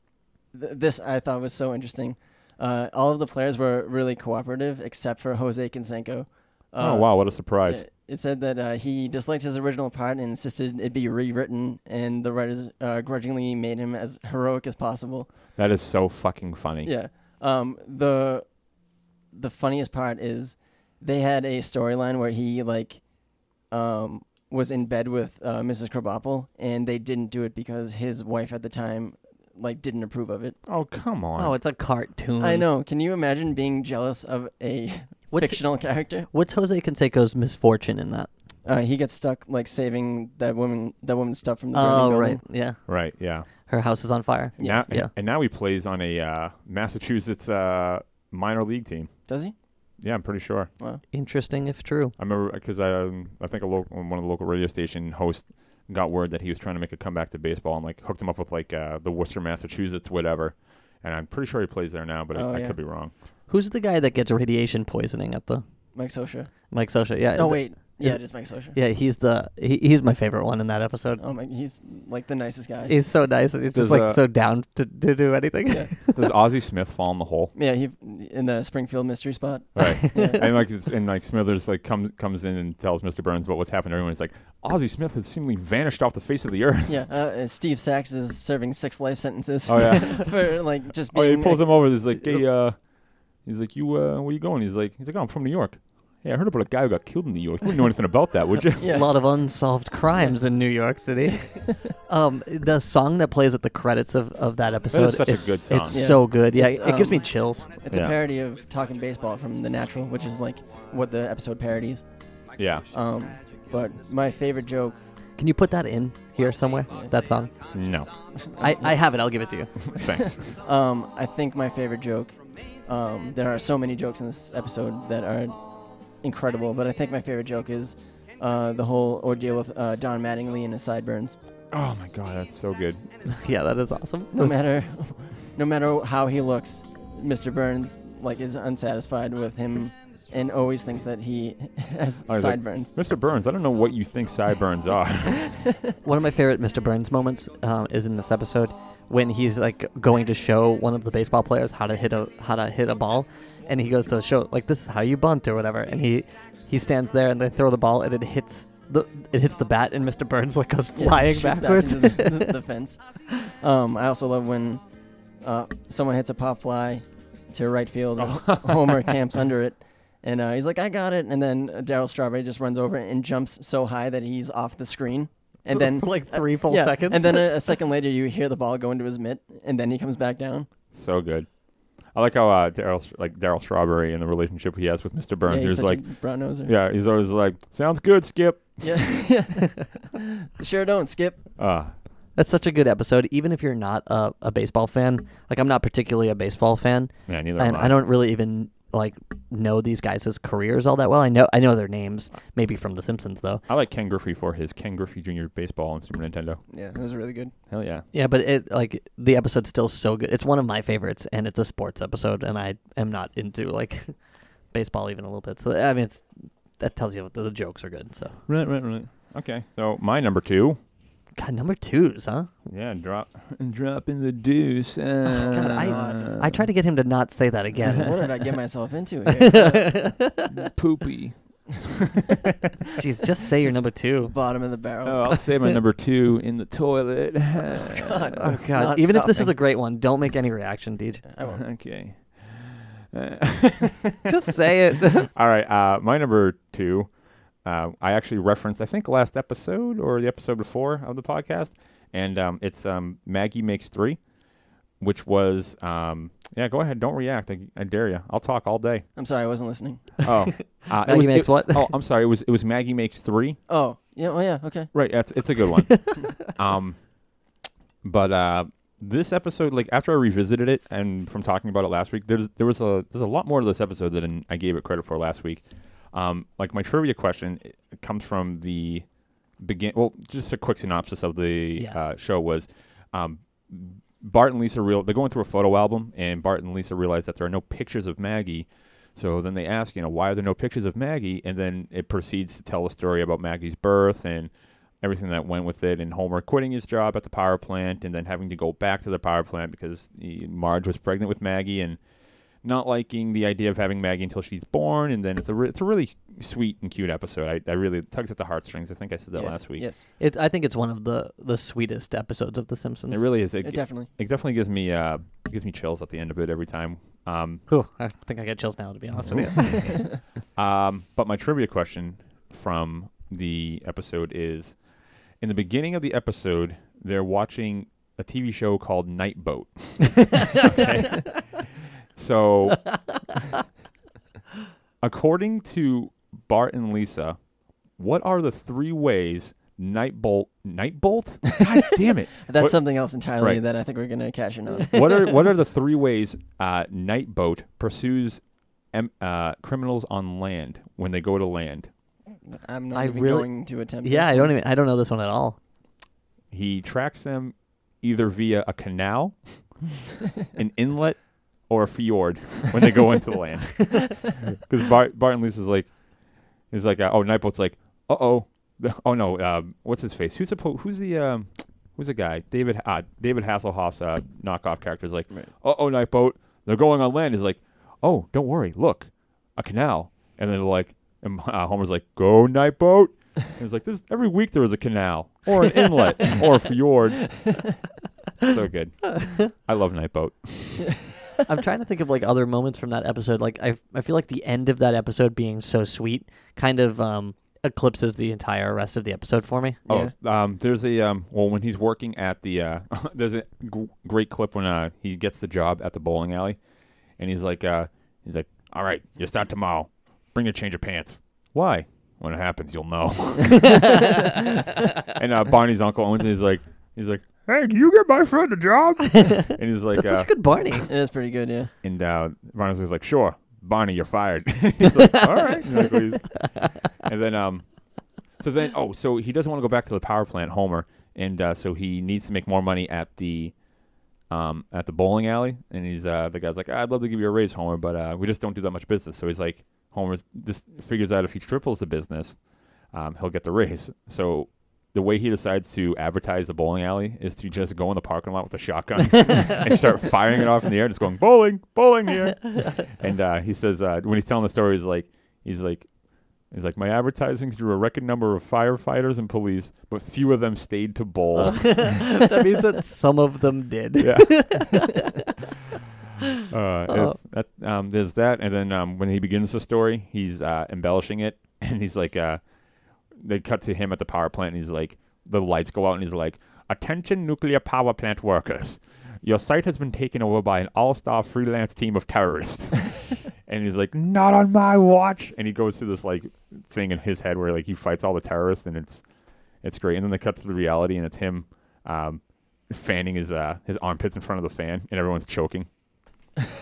th- this I thought was so interesting. Uh, all of the players were really cooperative except for Jose Canseco.
oh
Uh,
wow, what a surprise.
It, it said that uh, he disliked his original part and insisted it be rewritten, and the writers uh, grudgingly made him as heroic as possible.
That is so fucking funny.
Yeah. Um, the the funniest part is they had a storyline where he like um, was in bed with uh, Mrs. Krabappel, and they didn't do it because his wife at the time like didn't approve of it.
Oh come on.
Oh, it's a cartoon.
I know. Can you imagine being jealous of a
What's
fictional character?
What's Jose Canseco's misfortune in that?
Uh, he gets stuck like saving that woman, that woman's stuff from the burning
Oh,
building.
right. Yeah.
right. Yeah.
Her house is on fire.
And Now, and-
Yeah.
And, now he plays on a uh, Massachusetts uh, minor league team.
Does he?
Yeah, I'm pretty sure.
Interesting, if true.
I remember because I, um, I think a lo- one of the local radio station hosts got word that he was trying to make a comeback to baseball and like hooked him up with like uh, the Worcester, Massachusetts, whatever. And I'm pretty sure he plays there now, but
Oh,
I, I
yeah.
could be wrong.
Who's the guy that gets radiation poisoning at the
Mike Sosha.
Uh,
Mike Sosha? Yeah.
No,
the-
wait. Yeah,
it-
it is Mike Sosha.
Yeah, he's the he, he's my favorite one in that episode.
Oh my, he's like the nicest guy.
He's so nice. and He's
Does,
just like
uh,
so down to, to do anything.
Yeah.
Does Ozzie Smith fall in the hole?
yeah, he in the Springfield mystery spot.
Right.
Yeah.
and like it's- and like Smithers like comes comes in and tells Mr. Burns about what's happened to everyone. He's like, Ozzie Smith has seemingly vanished off the face of the earth.
Yeah, uh, uh, Steve Sachs is serving six life sentences.
Oh, yeah.
for like just
Oh,
being.
yeah, he pulls him over. He's like, hey, uh, he's like, you, uh, where you going? He's like, he's like, oh, I'm from New York. Hey, I heard about a guy who got killed in New York. You wouldn't know anything about that, would you?
Yeah.
A lot of unsolved crimes in New York City. um, the song that plays at the credits of, of that episode
such a
is-
good song.
It's
Yeah.
so good. Yeah,
It's,
it gives me
um,
chills.
It's
Yeah.
a parody of Talking Baseball from The Natural, which is like what the episode parodies.
Yeah.
Um, but my favorite joke.
Can you put that in here somewhere? That song.
No.
I, I have it. I'll give it to you.
Thanks.
Um, I think my favorite joke. Um, there are so many jokes in this episode that are incredible, but I think my favorite joke is uh, the whole ordeal with uh, Don Mattingly and his sideburns.
oh my god, that's so good.
yeah, that is awesome.
No matter, no matter how he looks, Mr. Burns like is unsatisfied with him, and always thinks that he has
Oh, he's like-
sideburns.
Mr. Burns, I don't know what you think sideburns are.
One of my favorite Mr. Burns moments um, is in this episode when he's like going to show one of the baseball players how to hit a how to hit a ball, and he goes to show like this is how you bunt or whatever, and he he stands there and they throw the ball and it hits the it hits the bat and Mr. Burns like goes
Yeah,
flying
shoots
backwards.
Back into the, the fence. Um, I also love when uh, someone hits a pop fly to right field. and
Oh.
Homer camps under it, and uh, he's like, "I got it!" And then uh, Daryl Strawberry just runs over and jumps so high that he's off the screen. And then
For, like, three full
yeah,
seconds.
And then a, a second later, you hear the ball go into his mitt, and then he comes back down.
so good. I like how uh, Daryl, like Daryl Strawberry, and the relationship he has with Mr. Burns.
yeah, he's
he's
such
like,
a brown noser.
yeah, he's always like, sounds good, Skip.
Yeah. sure don't, Skip.
Uh,
That's such a good episode, even if you're not a, a baseball fan. Like I'm not particularly a baseball fan,
yeah, neither
and
am
I don't really even like know these guys' careers all that well. I know I know their names, maybe from The Simpsons though.
I like Ken Griffey for his Ken Griffey Jr. baseball on Super Nintendo.
Yeah, it was really good.
Hell yeah.
Yeah, but it like the episode's still so good. It's one of my favorites, and it's a sports episode, and I am not into like baseball even a little bit. So I mean, it's that tells you the, the jokes are good. So
Right, right, right. Okay, so my number two.
God, number twos, huh?
Yeah, drop, drop in the deuce. Uh,
Oh, God, I I try to get him to not say that
what
again.
did I get myself into? Here?
poopy.
Jeez, just say your number two.
Bottom of the barrel.
Oh, I'll say my number two in the toilet.
God,
Oh
it's
God!
not
Even if this is a
stopping.
great one, don't make any reaction, Deej.
I won't.
okay. Uh,
Just say it.
All right, uh, my number two. Uh, I actually referenced, I think, last episode or the episode before of the podcast, and um, it's um, Maggie makes three, which was um, yeah. Go ahead, don't react. I, I dare you. I'll talk all day.
I'm sorry, I wasn't listening.
Oh, uh,
Maggie Makes
it-
What?
Oh, I'm sorry. It was it was Maggie makes three.
Oh, yeah, oh yeah, okay.
Right. It's, it's a good one. um, but uh, this episode, like after I revisited it and from talking about it last week, there's there was a there's a lot more to this episode than I gave it credit for last week. Um, like my trivia question it comes from the begin. Well, just a quick synopsis of the
Yeah.
uh, show was um, Bart and Lisa real. They're going through a photo album, and Bart and Lisa realize that there are no pictures of Maggie. So then they ask, you know, why are there no pictures of Maggie? And then it proceeds to tell a story about Maggie's birth and everything that went with it, and Homer quitting his job at the power plant, and then having to go back to the power plant because he, Marge was pregnant with Maggie, and not liking the idea of having Maggie until she's born, and then it's a re- it's a really sweet and cute episode. I, I really it tugs at the heartstrings. I think I said that
Yeah,
last week.
Yes,
It, I think it's one of the, the sweetest episodes of The Simpsons.
it really is. It,
it definitely.
it definitely gives me uh it gives me chills at the end of it every time. Um,
Whew, I think I get chills now, to be honest with you.
um, but my trivia question from the episode is: in the beginning of the episode, they're watching a TV show called Night Boat. Okay? So, according to Bart and Lisa, what are the three ways Night Bolt? Night Bolt? God damn it!
That's
What-
something else entirely
Right.
that I think we're gonna cash in on.
what are what are the three ways uh, Night Boat pursues em- uh, criminals on land when they go to land?
I'm not
I
even
really-
going to attempt.
yeah,
this
I don't
one.
even I don't know this one at all.
He tracks them either via a canal, an inlet, or a fjord when they go into the land. Because Bart, Bart and Lisa's like, is like, uh, oh, Night Boat's like, uh oh, oh no, um, what's his face? Who's supposed? Who's the um, who's the guy? David uh, David Hasselhoff's uh, knockoff character is like,
Right.
uh oh, Night Boat, they're going on land. Is like, oh, don't worry, look, a canal. And then they're like, and uh, Homer's like, go Night Boat. And it's like this every week there was a canal or an inlet or a fjord. so good. I love Night Boat.
I'm trying to think of like other moments from that episode. Like I I feel like the end of that episode being so sweet kind of um eclipses the entire rest of the episode for me.
Oh, um, there's a um, well when he's working at the uh, there's a g- great clip when uh, he gets the job at the bowling alley, and he's like uh, he's like, all right, you start tomorrow. Bring a change of pants. Why? When it happens, you'll know. and uh, Barney's uncle owns it. He's like, he's like, hey, can you get my friend a job? and he's like,
That's
uh,
such a good Barney.
It is pretty good. Yeah.
and uh, Barney's was like, "Sure, Barney, you're fired." he's like, "All right," You know, like, he's- and then um, so then oh, so he doesn't want to go back to the power plant, Homer, and uh, so he needs to make more money at the um at the bowling alley, and he's uh the guy's like, "I'd love to give you a raise, Homer, but uh, we just don't do that much business." So he's like, Homer just figures out if he triples the business, um, he'll get the raise. So. The way he decides to advertise the bowling alley is to just go in the parking lot with a shotgun and start firing it off in the air, just going bowling, bowling here. and uh, he says uh, when he's telling the story, he's like, he's like, he's like, my advertising drew a record number of firefighters and police, but few of them stayed to bowl.
that means that some of them did.
yeah. Uh, it's- that, um, there's that, and then um, when he begins the story, he's uh, embellishing it, and he's like, uh, they cut to him at the power plant, and he's like, the lights go out, and he's like, attention, nuclear power plant workers, your site has been taken over by an all-star freelance team of terrorists, and he's like, not on my watch, and he goes through this like thing in his head where like he fights all the terrorists, and it's it's great, and then they cut to the reality, and it's him. Um, fanning his uh, his armpits in front of the fan, and everyone's choking.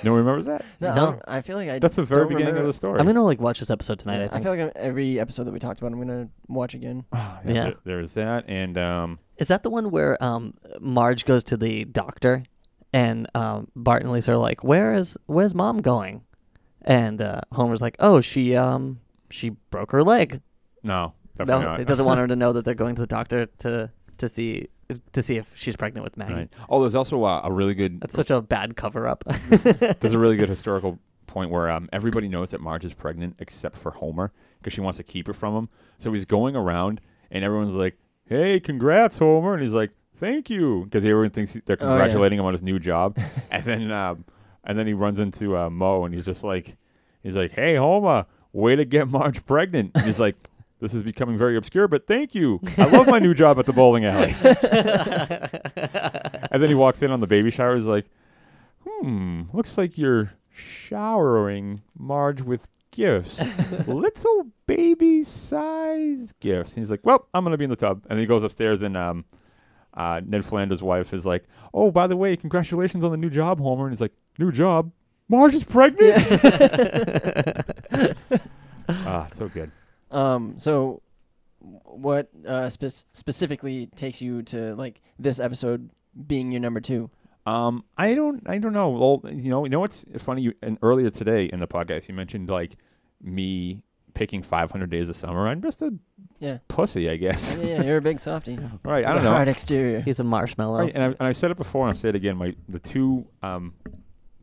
no one remembers that.
No, I
No.
don't- I feel like I.
That's the very
don't
beginning
remember.
of the story.
I'm gonna like watch this episode tonight.
Yeah,
I
I,
think.
feel like I'm- every episode that we talked about, I'm gonna watch again.
Ah,
Yeah.
there- There's that, and um,
Is that the one where um Marge goes to the doctor, and um Bart and Lisa are like, "Where is where's mom going?" And uh, Homer's like, "Oh, she um she broke her leg.
no,
No,
definitely not.
it doesn't want her to know that they're going to the doctor to to see to see if she's pregnant with Maggie."
Right. Oh, there's also uh, a really good.
That's such a bad cover up.
There's a really good historical point where um, everybody knows that Marge is pregnant except for Homer because she wants to keep it from him. So he's going around, and everyone's like, "Hey, congrats, Homer!" And he's like, "Thank you," because everyone thinks he- they're
Oh, yeah.
congratulating him on his new job. and then, um, and then he runs into uh, Mo, and he's just like, he's like, "Hey, Homer, way to get Marge pregnant." And he's like. This is becoming very obscure, but thank you. I love my new job at the bowling alley. and then he walks in on the baby shower. He's like, hmm, looks like you're showering Marge with gifts. Little baby size gifts. And he's like, well, I'm going to be in the tub. And he goes upstairs and, um, uh, Ned Flanders' wife is like, "Oh, by the way, congratulations on the new job, Homer." And he's like, "New job? Marge is pregnant." Ah, so good.
Um, so, what uh, spe- specifically takes you to like this episode being your number two?
Um, I don't, I don't know. Well, you know, you know what's funny? You and earlier today in the podcast, you mentioned like me picking 500 days of summer. I'm just a
Yeah.
pussy, I guess.
Yeah, yeah, you're a big softie.
right? I don't
The
know.
Hard exterior.
He's a marshmallow.
Right, and, I, and I've said it before, and I'll say it again. My the two um,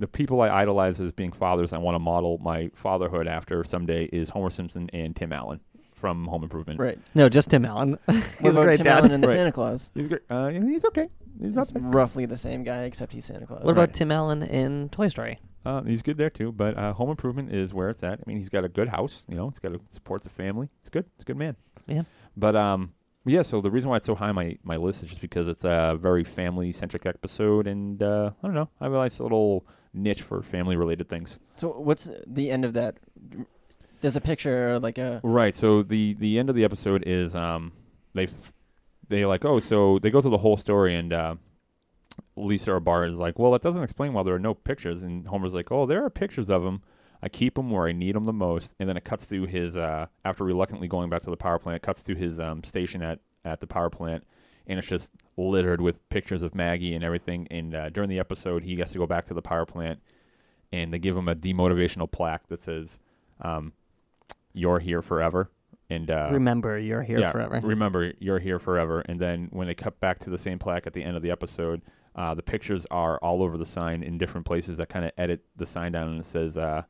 the people I idolize as being fathers, I want to model my fatherhood after someday is Homer Simpson and Tim Allen from Home Improvement.
Right.
No, just Tim Allen.
What
He's a
about
great
Tim
dad.
Allen and the
Right.
Santa Claus?
He's great. Uh, yeah, he's okay. He's not
It's
bad.
roughly the same guy, except he's Santa Claus.
What about
Right.
Tim Allen in Toy Story?
Uh, he's good there too. But uh, Home Improvement is where it's at. I mean, he's got a good house. You know, it's got a supports the family. It's good. It's a good man.
Yeah.
But um, yeah. So the reason why it's so high on my my list is just because it's a very family centric episode, and uh, I don't know. I realize it's a little niche for family related things.
So what's the end of that? There's a picture, or like a
Right. So the the end of the episode is um they f- they like oh so they go through the whole story and uh, Lisa Abar is like well it doesn't explain why there are no pictures and Homer's like oh there are pictures of him I keep them where I need them the most and then it cuts through his uh, after reluctantly going back to the power plant it cuts through his um, station at at the power plant and it's just littered with pictures of Maggie and everything and uh, during the episode he has to go back to the power plant and they give him a demotivational plaque that says. Um, you're here forever and uh
Remember, you're here
yeah,
forever.
remember you're here forever and then when they cut back to the same plaque at the end of the episode uh the pictures are all over the sign in different places that kind of edit the sign down and it says uh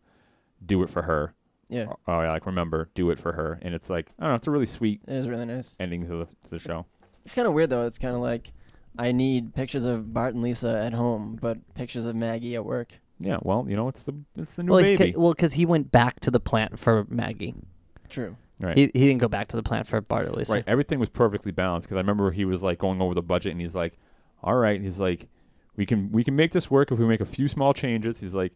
do it for her
yeah.
oh yeah like remember do it for her and it's like i don't know it's a really sweet
It is really nice.
ending to the, to the show
It's kind of weird though. It's kind of like I need pictures of Bart and Lisa at home, but pictures of Maggie at work.
yeah well you know it's the it's the new
well,
baby
He, ca- well, because he went back to the plant for Maggie.
True.
right
He, he didn't go back to the plant for Bart, at least.
Right. Everything was perfectly balanced because I remember he was like going over the budget and he's like, "All right," he's like, "We can we can make this work if we make a few small changes." He's like,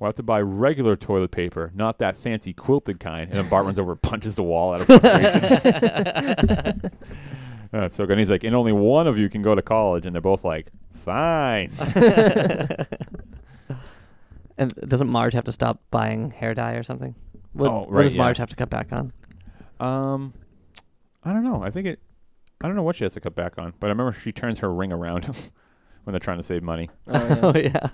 "We'll have to buy regular toilet paper, not that fancy quilted kind." And then Bart runs over, and punches the wall out of frustration. Uh, so good. And he's like, "And only one of you can go to college," and they're both like, "Fine."
And doesn't Marge have to stop buying hair dye or something? What,
Oh,
what
right,
does
yeah.
Marge have to cut back on?
um, I don't know. I think it. I don't know what she has to cut back on, but I remember she turns her ring around when they're trying to save money.
Oh,
Oh, yeah.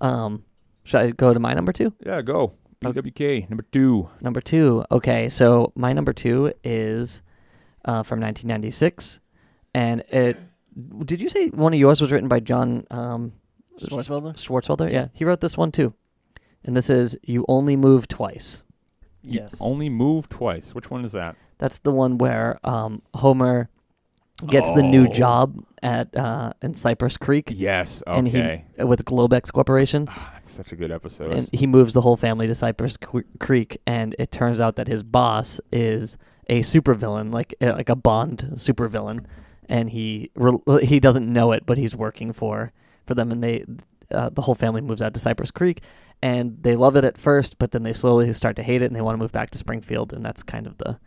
Um, should I go to my number two?
Yeah, go. BWK number two.
Number two. Okay, so my number two is uh, from 1996, and it. Did you say one of yours was written by John um,
yeah. Schwarzwelder?
Schwartzwelder? Yeah, he wrote this one too, and this is "You Only Move Twice."
You
Yes.
Only move twice. Which one is that?
That's the one where um, Homer gets the new
Oh.
job at uh, in Cypress Creek,
Yes. Okay.
and he with Globex Corporation.
That's such a good episode.
and he moves the whole family to Cypress Cre- Creek, and it turns out that his boss is a supervillain, like uh, like a Bond supervillain, and he re- he doesn't know it, but he's working for for them, and they uh, the whole family moves out to Cypress Creek, and they love it at first, but then they slowly start to hate it, and they want to move back to Springfield, and that's kind of the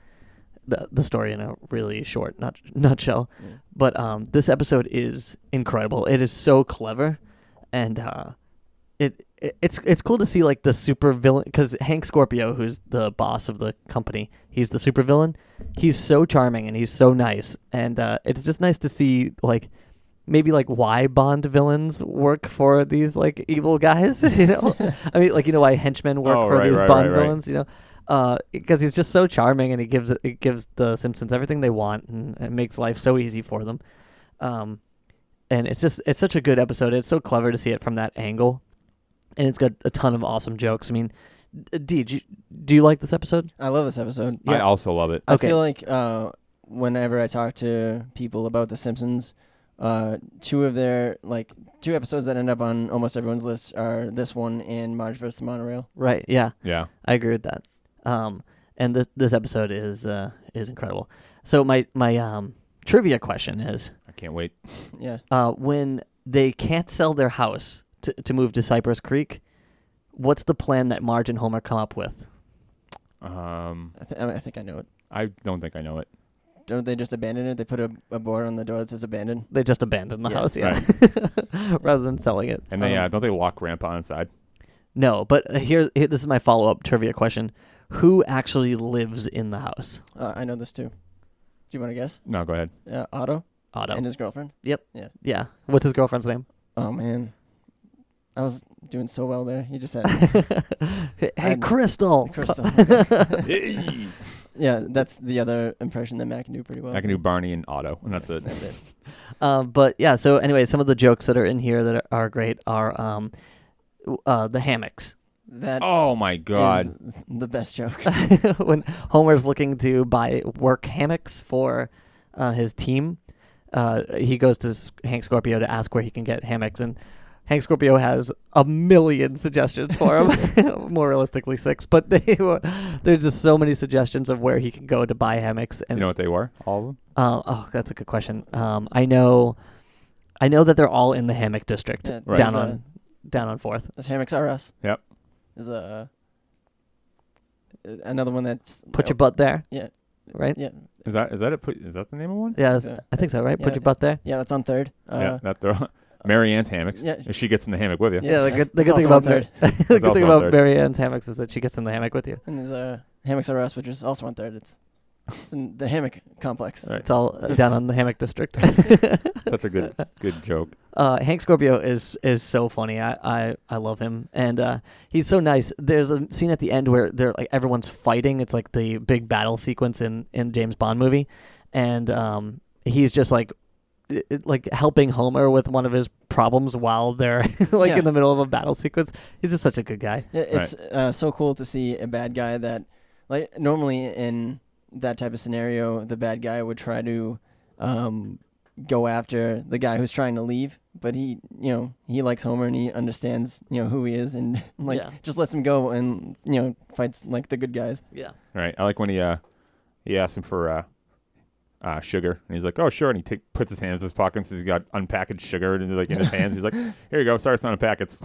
the, the story in a really short nut, nutshell. But um, this episode is incredible. It is so clever, and uh, it, it it's it's cool to see like the super villain because Hank Scorpio, who's the boss of the company, he's the super villain. He's so charming and he's so nice, and uh, it's just nice to see like maybe like why Bond villains work for these like evil guys. You know, I mean, like you know why henchmen work
Oh,
for
right,
these
right,
Bond
right, right.
villains you know, because he's just so charming and he gives it gives the Simpsons everything they want and it makes life so easy for them. Um, and it's just it's such a good episode. It's so clever to see it from that angle, and it's got a ton of awesome jokes. I mean, D, did you, do you like this episode?
I love this episode.
I also love it.
I
Okay.
feel like uh, whenever I talk to people about The Simpsons, uh, two of their like two episodes that end up on almost everyone's list are this one and Marge vs. the Monorail.
Right? Yeah.
yeah.
I agree with that. Um, and this this episode is uh, is incredible. So my my um, trivia question is:
I can't wait.
Yeah.
uh, when they can't sell their house to, to move to Cypress Creek, what's the plan that Marge and Homer come up with?
Um,
I, th- I think I know it.
I don't think I know it.
Don't they just abandon it? They put a, a board on the door that says abandoned.
They just abandon the
Yeah,
house, yeah, rather than selling it. Um,
uh, And they uh, don't they lock Grandpa inside?
No, but uh, here, here this is my follow up trivia question: who actually lives in the house?
Uh, I know this too. Do you want to guess?
No, go ahead.
Uh, Otto
Otto.
and his girlfriend.
yeah. What's his girlfriend's name?
Oh man, I was doing so well there. You just had it.
hey,
I'm-
Crystal.
Crystal.
Hey!
yeah, that's the other impression that Mac can do pretty well.
I can do Barney and Otto, and that's it.
That's it.
Uh, but yeah, so anyway, some of the jokes that are in here that are great are um, w- uh, the hammocks.
That is
Oh my God!
the best joke.
when Homer's looking to buy work hammocks for uh, his team, uh, he goes to S- Hank Scorpio to ask where he can get hammocks, and Hank Scorpio has a million suggestions for him. More realistically, six, but they were, there's just so many suggestions of where he can go to buy hammocks.
you
And
know what they were? All of them.
uh, oh, that's a good question. Um, I know, I know that they're all in the hammock district
Yeah,
Right.
down
there's, uh,
on down on fourth.
There's hammocks are us.
Yep.
There's a uh, another one that's
Put your butt there.
Yeah.
Right.
yeah
Is that is that a, put- is that the name of one?
Yeah,
Yeah.
I think so. Right.
Yeah,
Put your butt there.
yeah that's on third. Uh,
yeah, that they're all- Mary Ann's hammocks.
yeah.
If she gets in the hammock with you.
Yeah,
Yeah, the good,
that's-
the
that's
good thing
also
about
on
Mary, the
That's
good thing
also on
about
third.
Mary Ann's hammocks is that she gets in the hammock with you.
And there's uh, hammocks are us, which is also on third. It's it's in the hammock complex.
Right.
It's all uh, down on the hammock district.
Such a good good joke.
uh, Hank Scorpio is is so funny. I, I, I love him, and uh, he's so nice. There's a scene at the end where they're like everyone's fighting. It's like the big battle sequence in in James Bond movie, and um, he's just like. i- i- Like helping Homer with one of his problems while they're like
Yeah.
in the middle of a battle sequence. He's just such a good guy.
Yeah, it's uh, so cool to see a bad guy that, like, normally in that type of scenario, the bad guy would try to um, go after the guy who's trying to leave, but he, you know, he likes Homer and he understands, you know, who he is and, like,
Yeah.
just lets him go and, you know, fights, like, the good guys.
Yeah.
All right. I like when he uh he asked him for uh uh sugar and he's like, Oh sure and he take, puts his hands in his pockets and he's got unpackaged sugar and like in his hands. He's like, Here you go, sorry it's not in packets.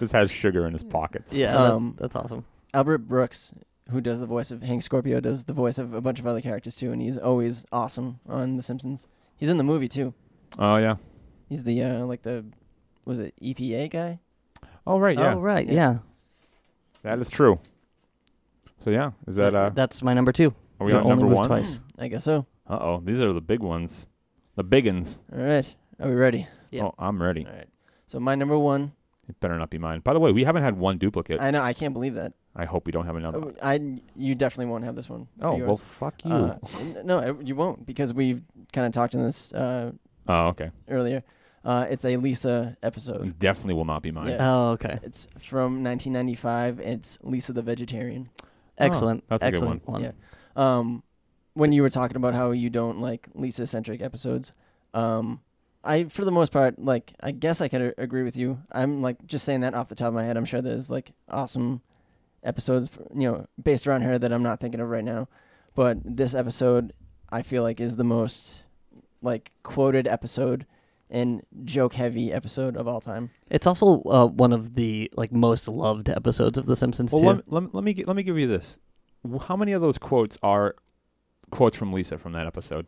Just has sugar in his pockets.
Yeah. that-
Um,
uh, that's awesome.
Albert Brooks, who does the voice of Hank Scorpio, does the voice of a bunch of other characters, too, and he's always awesome on The Simpsons. He's in the movie, too.
Oh yeah.
He's the, uh, like, the, was it EPA guy?
Oh right, yeah.
Oh, right.
Yeah.
yeah.
That is true. So yeah, is that uh
That's my number two.
are we
you
on
only
number
moved
one?
twice.
I guess so.
Uh oh, these are the big ones. The biggins.
All right. Are we ready?
Yeah.
Oh, I'm ready.
All right. So my number one.
It better not be mine. By the way, we haven't had one duplicate. I,
I know. I can't believe that.
hope we don't have another.
Oh, I. You definitely won't have this one. for
oh
yours.
well, fuck you.
Uh, n- no, I- you won't because we kind of talked in this uh,
oh okay,
earlier. Uh, it's a Lisa episode.
definitely will not be mine.
Yeah.
Oh, okay.
It's from 1995. It's Lisa the vegetarian.
Excellent.
Oh, that's a good
Excellent one.
Yeah. Um, when you were talking about how you don't like Lisa centric episodes, um, I for the most part like I guess I could a- agree with you. I'm like just saying that off the top of my head. I'm sure there's like awesome episodes for, you know based around her that I'm not thinking of right now, but this episode I feel like is the most like quoted episode and joke heavy episode of all time.
It's also uh, one of the like most loved episodes of The Simpsons
Well,
too.
let, let, let me gi- let me give you this. W- How many of those quotes are quotes from Lisa from that episode?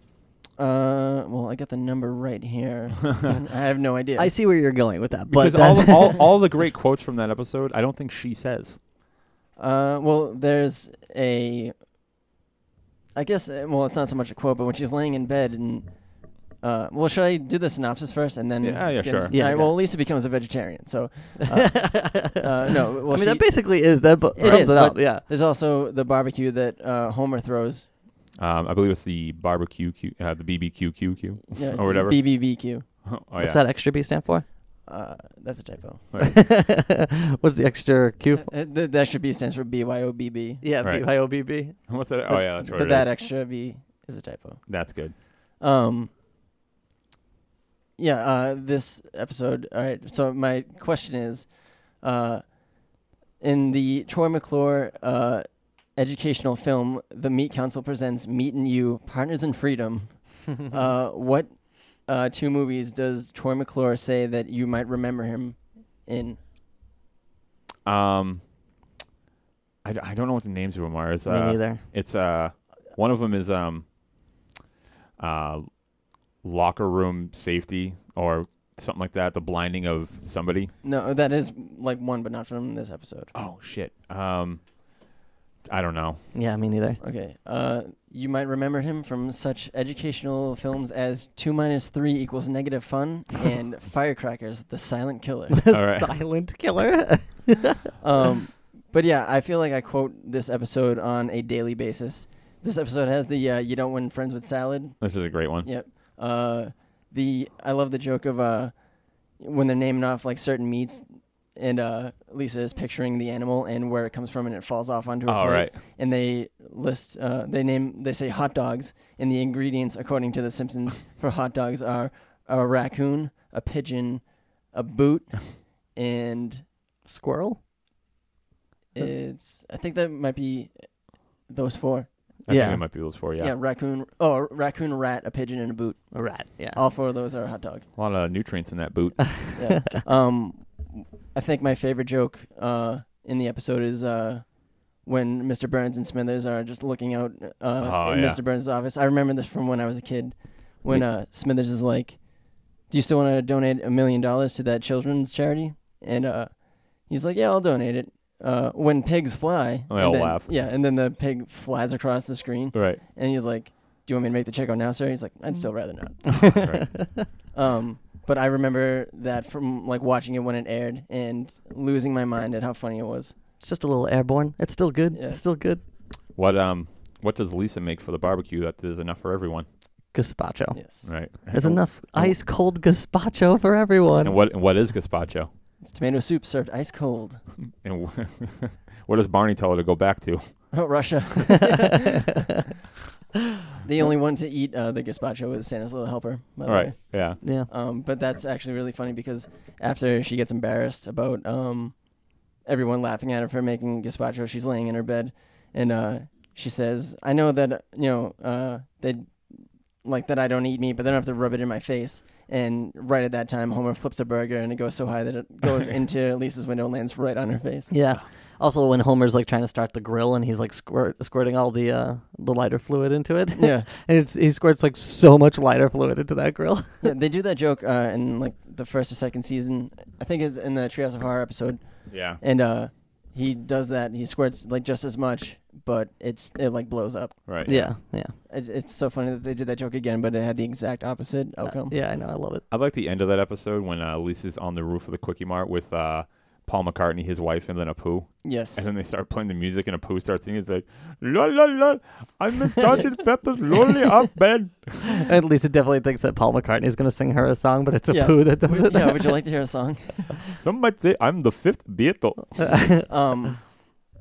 Uh, well, I got the number right here. I have no idea.
I see where you're going with that, but
Because all,
that's-
the- all all the great quotes from that episode, I don't think she says.
Uh, well, there's a. I guess uh, well, it's not so much a quote, but when she's laying in bed and. Uh, well, should I do the synopsis first and then?
Yeah, yeah,
give-
sure.
Yeah,
All right,
yeah.
well, Lisa becomes a vegetarian, so uh, uh, no. Well,
I mean
she-
that basically is that bu-
It
sums
is,
it up.
but-
Yeah.
there's also the barbecue that uh, Homer throws.
Um, I believe it's the barbecue, Q, uh, the BBQQQ.
Yeah, it's
whatever.
BBBQ.
oh yeah.
What's that extra B stand for?
Uh, that's a typo.
What's the extra Q? For?
Uh, th- that should be stands for BYOBB.
Yeah,
Right.
B-Y-O-B-B.
What's that?
But-
oh yeah, that's what
But
it
that
is.
extra B is a typo.
that's good.
Um. Yeah. Uh. This episode. All right. So my question is, uh, in the Troy McClure uh, educational film, The Meat Council presents Meat and You: Partners in Freedom. uh, what uh, two movies does Troy McClure say that you might remember him in?
Um, I, d- I don't know what the names of them are. It's,
Me
uh,
neither.
It's uh, one of them is um, uh, locker room safety or something like that. The blinding of somebody.
No, that is like one, but not from this episode.
Oh shit. Um, I don't know.
Yeah, me neither.
Okay. Uh, you might remember him from such educational films as Two Minus Three Equals Negative Fun and Firecrackers: The Silent Killer.
The
All right.
Silent killer.
Um, but yeah, I feel like I quote this episode on a daily basis. This episode has the uh, "You don't win friends with salad."
This is a great one.
Yep. Uh, the I love the joke of uh, when they're naming off like certain meats, and uh, Lisa is picturing the animal and where it comes from, and it falls off onto a
All
plate.
right.
And they list, uh, they name, they say hot dogs, and the ingredients according to The Simpsons for hot dogs are a raccoon, a pigeon, a boot, and
Squirrel.
it's. I think that might be those four.
I
Yeah.
think it might be those four. Yeah.
Yeah, raccoon. Oh, a raccoon, rat, a pigeon, and a boot.
A rat. Yeah.
All four of those are a hot dog.
A lot of nutrients in that boot.
yeah. Um, I think my favorite joke uh, in the episode is uh, when Mr. Burns and Smithers are just looking out uh,
Oh,
in
yeah.
Mr. Burns' office. I remember this from when I was a kid, when uh, Smithers is like, "Do you still want to donate a million dollars to that children's charity?" And uh, he's like, "Yeah, I'll donate it." Uh, when pigs fly,
They
and
all
then-
laugh.
Yeah, and then the pig flies across the screen,
right.
and he's like, "Do you want me to make the check out now, sir?" He's like,
Mm.
"I'd still rather not."
right.
Um, but I remember that from like watching it when it aired and losing my mind at how funny it was.
It's just a little airborne. It's still good.
Yeah.
It's still good.
What um what does Lisa make for the barbecue that there's enough for everyone?
Gazpacho.
Yes,
Right.
There's enough ice cold gazpacho for everyone.
And what and what is gazpacho?
it's tomato soup served ice cold.
And wh- what does Barney tell her to go back to?
Oh, Russia. the only one to eat uh, the gazpacho is Santa's little helper. By the
All right.
way.
Yeah.
Yeah.
Um, but that's actually really funny because after she gets embarrassed about um, everyone laughing at her for making gazpacho, she's laying in her bed, and uh, she says, "I know that uh, you know uh, they like that I don't eat meat, but they don't have to rub it in my face." And right at that time, Homer flips a burger, and it goes so high that it goes into Lisa's window and lands right on her face.
Yeah. Also, when Homer's like trying to start the grill and he's like squirt, squirting all the uh, the lighter fluid into it.
Yeah.
and it's, he squirts like so much lighter fluid into that grill.
yeah, they do that joke uh, in like the first or second season. I think it's in the Treehouse of Horror episode.
Yeah.
and uh he does that he squirts like just as much but it's it like blows up
Right.
Yeah. Yeah.
it, it's so funny that they did that joke again but it had the exact opposite outcome
Yeah. I know. I love it.
I like the end of that episode when uh, Lisa's on the roof of the Quickie Mart with uh, Paul McCartney, his wife, and then Apu.
yes
And then they start playing the music, and Apu starts singing. It's like, la la la, I'm a Sergeant Pepper's Lonely Up Band.
At least it definitely thinks that Paul McCartney is going to sing her a song, but it's a
Yeah.
poo that does
Would-
it.
yeah would you like to hear a song
Some might say I'm the fifth Beatle.
um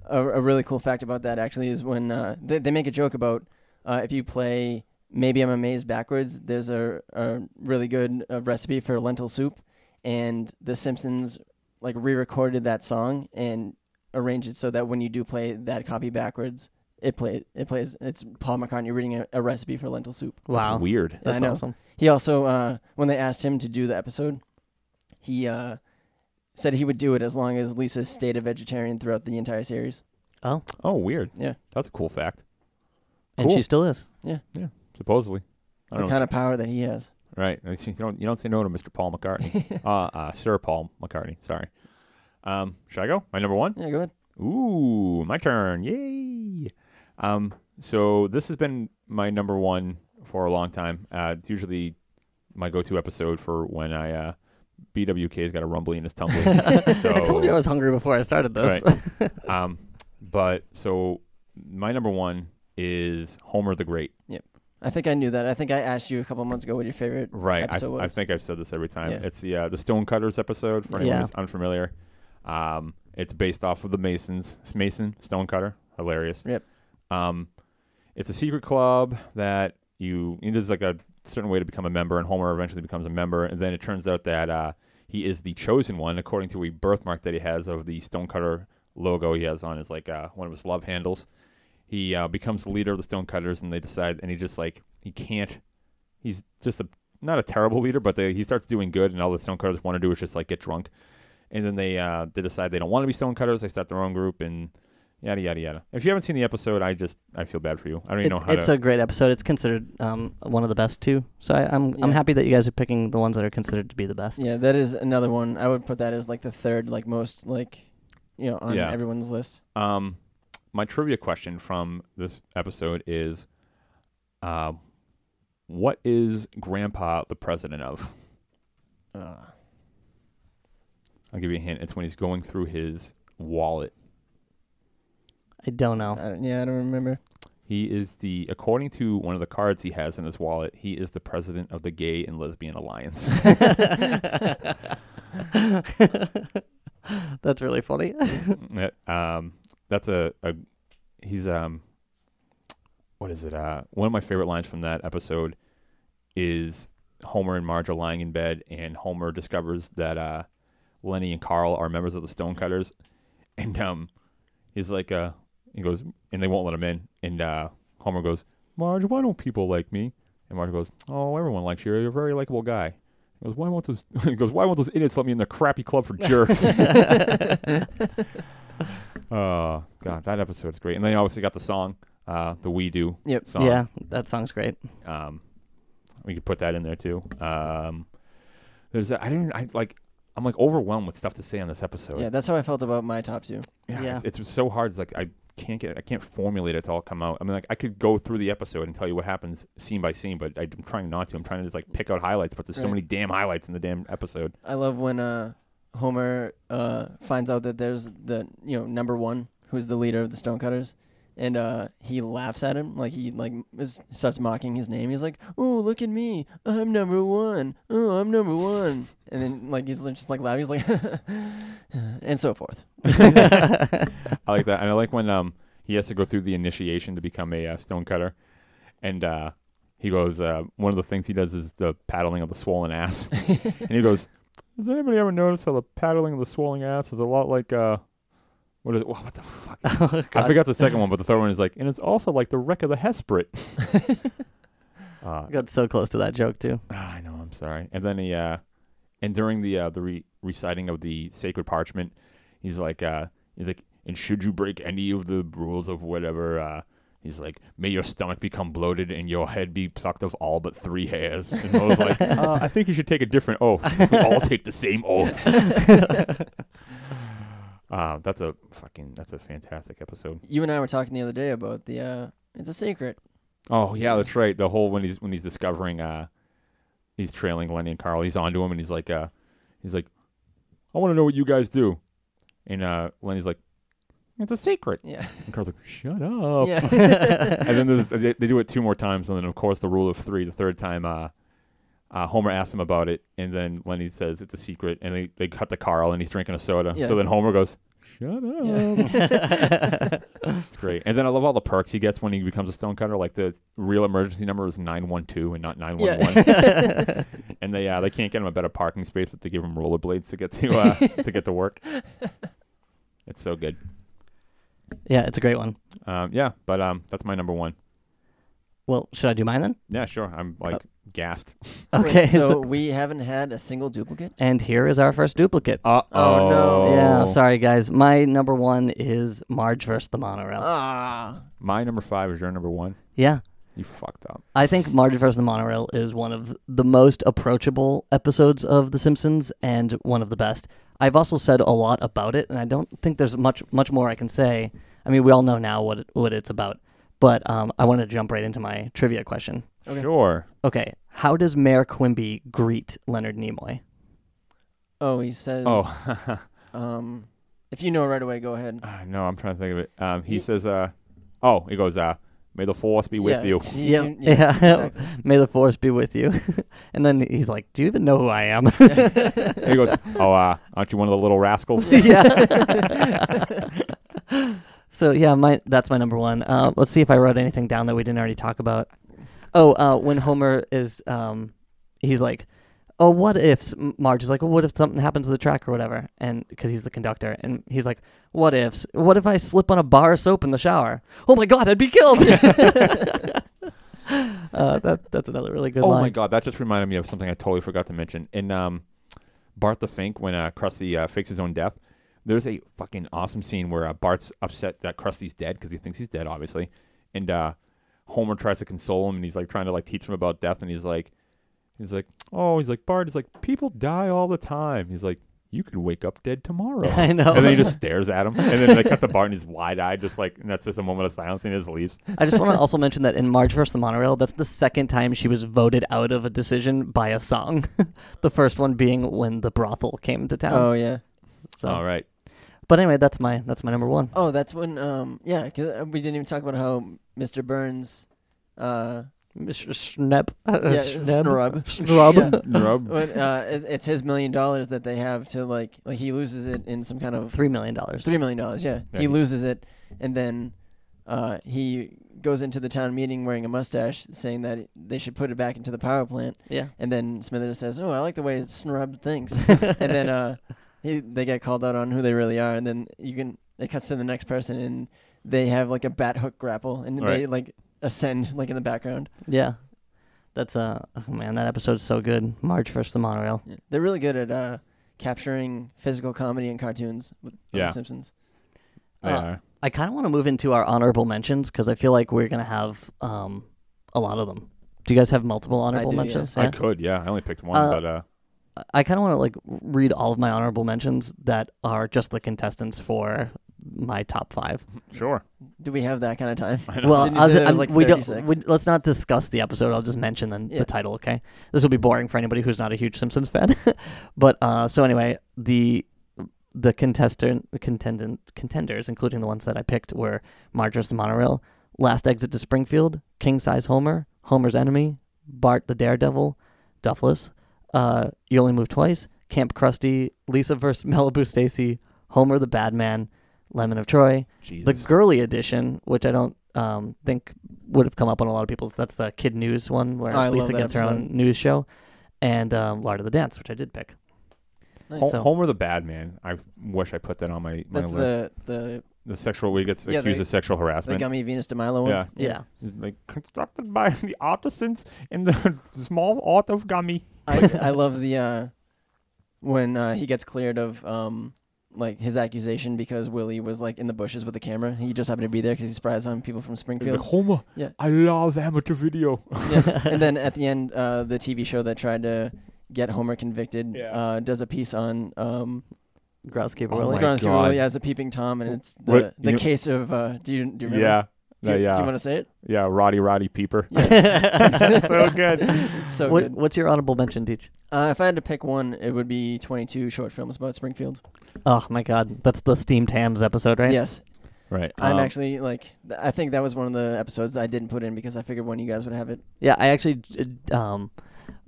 a, a really cool fact about that actually is when uh they, they make a joke about uh if you play maybe i'm amazed backwards there's a, a really good uh, recipe for lentil soup and the simpsons like re-recorded that song and arranged it so that when you do play that copy backwards it play it plays it's paul mccartney reading a, a recipe for lentil soup
wow.
It's weird.
Yeah, I
That's
know.
awesome.
he also, uh, when they asked him to do the episode, he uh, said he would do it as long as Lisa stayed a vegetarian throughout the entire series.
Oh,
Oh, weird.
Yeah.
That's a cool fact.
and
Cool.
she still is.
Supposedly. I
The
don't know.
kind of power that he has.
Right. You don't, you don't say no to Mr. Paul McCartney. uh, uh, Sir Paul McCartney. Sorry. Um, should I go? My number one?
Yeah, go ahead.
Ooh, my turn. Yay. Um, so this has been my number one for a long time. Uh, it's usually my go to episode for when I, uh, BWK's got a rumbly in his tumbly. so,
I told you I was hungry before I started this.
Oh. Right. um, but so my number one is Homer the Great.
I think I knew that. I think I asked you a couple months ago what your favorite
Right. I,
episode
I
was.
think I've said this every time.
Yeah.
It's the uh, the Stonecutters episode for anyone
Yeah.
who's unfamiliar. Um, it's based off of the Masons. S- Mason Stonecutter, hilarious.
Yep.
Um, it's a secret club that you you know, there's like a certain way to become a member, and Homer eventually becomes a member, and then it turns out that uh, he is the chosen one according to a birthmark that he has of the Stonecutter logo he has on his like uh, one of his love handles. He uh, becomes the leader of the Stonecutters, and they decide, and he just like he can't. He's just a not a terrible leader, but they, he starts doing good, and all the Stonecutters want to do is just like get drunk, and then they uh, they decide they don't want to be Stonecutters. They start their own group, and yada yada yada. If you haven't seen the episode, I just I feel bad for you. I don't
It-
even know how
it's
to.
a great episode. It's considered um, one of the best too. So I, I'm I'm
Yeah.
happy that you guys are picking the ones that are considered to be the best.
yeah, that is another one. I would put that as like the third, like most, like you know, on
Yeah.
everyone's list.
um, my trivia question from this episode is, uh, what is Grandpa the president of?
Uh,
I'll give you a hint. It's when he's going through his wallet.
I don't
Oh.
know.
I don't, yeah, I don't remember.
He is the, according to one of the cards he has in his wallet, he is the president of the Gay and Lesbian Alliance.
That's really funny.
Uh, um, that's a, a he's um, what is it? Uh, one of my favorite lines from that episode is Homer and Marge are lying in bed, and Homer discovers that uh, Lenny and Carl are members of the Stonecutters, and um, he's like, uh, he goes, and they won't let him in, and uh, Homer goes, Marge, why don't people like me? And Marge goes, Oh, everyone likes you. You're a very likable guy. He goes, Why won't those? he goes, Why won't those idiots let me in their crappy club for jerks? Oh god, that episode's great. And then you obviously got the song, uh, the We Do
Yep.
song.
Yeah, that song's great.
Um, we could put that in there too. Um, there's a, I didn't I like I'm like overwhelmed with stuff to say on this episode.
Yeah, that's how I felt about my top two.
Yeah,
Yeah.
It's, it's so hard. It's like I can't get I can't formulate it to all come out. I mean, like I could go through the episode and tell you what happens scene by scene, but I'm trying not to. I'm trying to just like pick out highlights, but there's so
Right.
many damn highlights in the damn episode.
I love when uh, Homer uh, finds out that there's the you know number one who's the leader of the Stonecutters, and uh, he laughs at him like he like is, starts mocking his name. He's like, "Oh, look at me! I'm number one! Oh, I'm number one!" And then like he's just like laughing. He's like, and so forth.
I like that, and I like when um he has to go through the initiation to become a uh, stonecutter, and uh, he goes. Uh, one of the things he does is the paddling of the swollen ass, and he goes. Does anybody ever notice how the paddling of the swollen ass is a lot like uh, what is it? Wha- what the fuck?
Oh,
I
God.
forgot the second one, but the third one is like, and it's also like the wreck of the Hesperus. uh,
I got so close to that joke too.
Ah, I know. I'm sorry. And then he, uh, and during the uh, the re- reciting of the sacred parchment, he's like, uh, he's like, and should you break any of the rules of whatever, uh, he's like, may your stomach become bloated and your head be plucked of all but three hairs. And I was like, uh, I think you should take a different oath. We all take the same oath. uh, that's a fucking. That's a fantastic episode.
You and I were talking the other day about the. Uh, it's a secret.
Oh yeah, that's right. The whole when he's when he's discovering uh he's trailing Lenny and Carl, he's onto him and he's like uh he's like I want to know what you guys do. And uh Lenny's like it's a secret.
Yeah.
And Carl's like shut up.
Yeah.
And then there's, they, they do it two more times and then of course the rule of 3 the third time uh uh, Homer asks him about it, and then Lenny says it's a secret, and they, they cut to Carl, and he's drinking a soda.
Yeah.
So then Homer goes, "Shut up." It's great. And then I love all the perks he gets when he becomes a stonecutter. Like the real emergency number is 912 and not 911. and they uh, they can't get him a better parking space, but they give him rollerblades to get to uh, to get to work. It's so good.
yeah, it's a great one.
Um, yeah, but um, that's my number one.
Well, should I do mine then?
Yeah, sure. I'm like
Oh.
gassed.
Wait,
Okay.
so
so-
we haven't had a single duplicate.
and here is our first duplicate.
Uh
Oh, no.
Yeah, sorry guys. My number one is Marge versus the monorail.
Ah.
My number five is your number one.
yeah.
You fucked up.
I think Marge versus the Monorail is one of the most approachable episodes of The Simpsons and one of the best. I've also said a lot about it, and I don't think there's much much more I can say. I mean, we all know now what it, what it's about, but um, I want to jump right into my trivia question.
Okay.
Sure.
Okay, how does Mayor Quimby greet Leonard Nimoy?
Oh, he says.
Oh
Um, if you know right away, go ahead.
Ah, no, I'm trying to think of it. Um, he
Ye-
says, uh, "Oh, he goes, uh, may the force be with you."
Yeah.
Yep.
yeah.
yeah.
exactly.
May the force be with you. and then he's like, "Do you even know who I am?"
he goes, "Oh, uh, aren't you one of the little rascals?"
So yeah, my that's my number one. Uh, let's see if I wrote anything down that we didn't already talk about. Oh, uh, when Homer is, um, he's like, "Oh, what ifs?" M- Marge is like, well, "What if something happens to the track or whatever?" And because he's the conductor, and he's like, "What ifs? What if I slip on a bar of soap in the shower? Oh my God, I'd be killed!" uh, that that's another really good
oh
line.
my god, that just reminded me of something I totally forgot to mention. In um, Bart the Fink, when uh, Krusty uh, fakes his own death, there's a fucking awesome scene where uh, Bart's upset that Krusty's dead because he thinks he's dead, obviously, and uh, Homer tries to console him, and he's like trying to like teach him about death, and he's like, he's like, oh, he's like Bart, he's like, people die all the time. He's like, you could wake up dead tomorrow.
I know.
And then he just stares at him. And then they cut the bar and he's wide eyed, just like, and that's just a moment of silence and he just leaves.
I just want to also mention that in March versus the Monorail, that's the second time she was voted out of a decision by a song. the first one being when the brothel came to town.
Oh yeah.
so.
All right.
But anyway, that's my that's my number one.
Oh, that's when. Um, yeah, 'cause, uh, we didn't even talk about how Mr. Burns, uh,
Mr. Schnepp.
yeah,
Schnepp.
Snrub.
uh,
Snrub.
Yeah.
Rub.
When, uh, it, it's his million dollars that they have to like, like he loses it in some kind of
Three million dollars.
three million dollars. Yeah,
Yeah,
he
he-
loses it, and then uh, he goes into the town meeting wearing a mustache, saying that they should put it back into the power plant.
Yeah.
And then Smithers says, "Oh, I like the way Snrub thinks." and then uh, he, they get called out on who they really are, and then you can it cuts to the next person, and they have like a bat hook grapple, and they
Right.
like ascend like in the background.
Yeah. That's uh oh man, that episode's so good. March versus the Monorail.
They're really good at uh, capturing physical comedy in cartoons with on
Yeah.
The Simpsons.
They
Uh,
are.
I kind of want to move into our honorable mentions because I feel like we're gonna have um a lot of them. Do you guys have multiple honorable
do, yeah.
mentions?
I could, yeah. I only picked one,
Uh,
but uh,
I kind of want to like read all of my honorable mentions that are just the contestants for my top five.
sure.
Do we have that kind of time?
Well,
Didn't you
I'll ju-
say there was,
I'm-
like,
we don't.
36?
We, let's not discuss the episode. I'll just mention the,
Yeah.
the title. Okay, this will be boring for anybody who's not a huge Simpsons fan. but uh, so anyway, the the contestant contendent contenders, including the ones that I picked, were Marjorie the Monorail, Last Exit to Springfield, King Size Homer, Homer's Enemy, Bart the Daredevil, Duffless, uh, You Only Move Twice, Camp Krusty, Lisa versus Malibu Stacy, Homer the Bad Man, Lemon of Troy, the
Jesus.
girly edition, which I don't um, think would have come up on a lot of people's. That's the Kid News one where
I love
Lisa
that
gets her own
episode.
news show, and um, Lard of the Dance, which I did pick.
Nice.
Ho-
so-
Homer the bad man. I wish I put that on my, my
That's
list.
the the
the sexual we gets
Yeah, um,
accused
the-
of sexual
the
harassment.
gummy Venus de Milo one.
Yeah.
Yeah,
like constructed by the artisans in the small art of gummy.
I, I love the uh, when uh, he gets cleared of um, like his accusation because Willie was like in the bushes with the camera. He just happened to be there because he spies on people from
Like,
Springfield.
Homer,
Yeah.
I love amateur video.
Yeah. and then at the end, uh, the TV show that tried to get Homer convicted
Yeah.
uh, does a piece on um,
Groundskeeper
Oh
Willie.
my
Groundskeeper
God.
Willie as a peeping tom, and it's the,
What-
the
you-
case of uh, do you do you remember?
yeah.
Do you,
yeah.
do you want to say it?
yeah, Roddy Roddy Peeper. so good.
It's so
What,
good.
what's your honorable mention, Deech?
Uh, if I had to pick one, it would be 22 short films about Springfield.
Oh my God, that's the steamed hams episode, right?
Yes,
Right.
I'm
um,
actually like th- I think that was one of the episodes I didn't put in because I figured one of you guys would have it.
Yeah, I actually uh, um,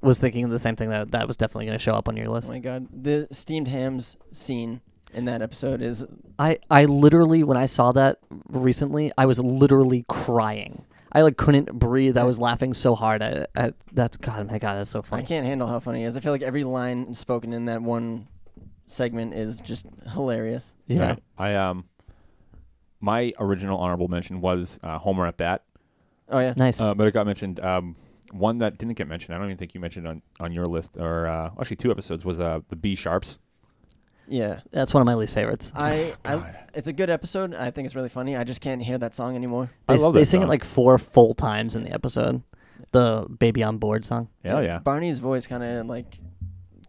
was thinking the same thing that that was definitely going to show up on your
Oh
list.
my god, the steamed hams scene in that episode is
I, I literally when I saw that recently, I was literally crying. I like couldn't breathe. I was laughing so hard. I, I that's God, my God, that's so
I
funny.
can't handle how funny it is. I feel like every line spoken in that one segment is just hilarious.
Yeah.
right. I um my original honorable mention was uh, Homer at bat.
Oh yeah,
Nice.
Uh, but it got mentioned um one that didn't get mentioned. I don't even think you mentioned on, on your list, or uh, actually two episodes was uh, the B sharps.
yeah.
that's one of Oh my least favorites.
I, I it's a good episode. I think it's really funny. I just can't hear that song anymore.
They,
I love
they
that
sing it
song.
like four full times in the episode. The baby on board song.
Hell yeah!
Barney's voice kind of like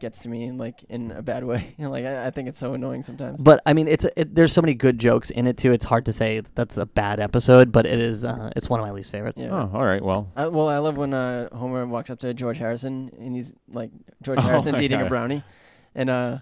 gets to me like in a bad way. like I, I think it's so annoying sometimes.
But I mean, it's it, there's so many good jokes in it too. It's hard to say that's a bad episode, but it is. Uh, it's one of my least favorites.
yeah.
Oh, all right. Well,
I, well, I love when uh, Homer walks up to George Harrison and he's like, George
Oh
Harrison's
my
eating a
God.
brownie, and uh,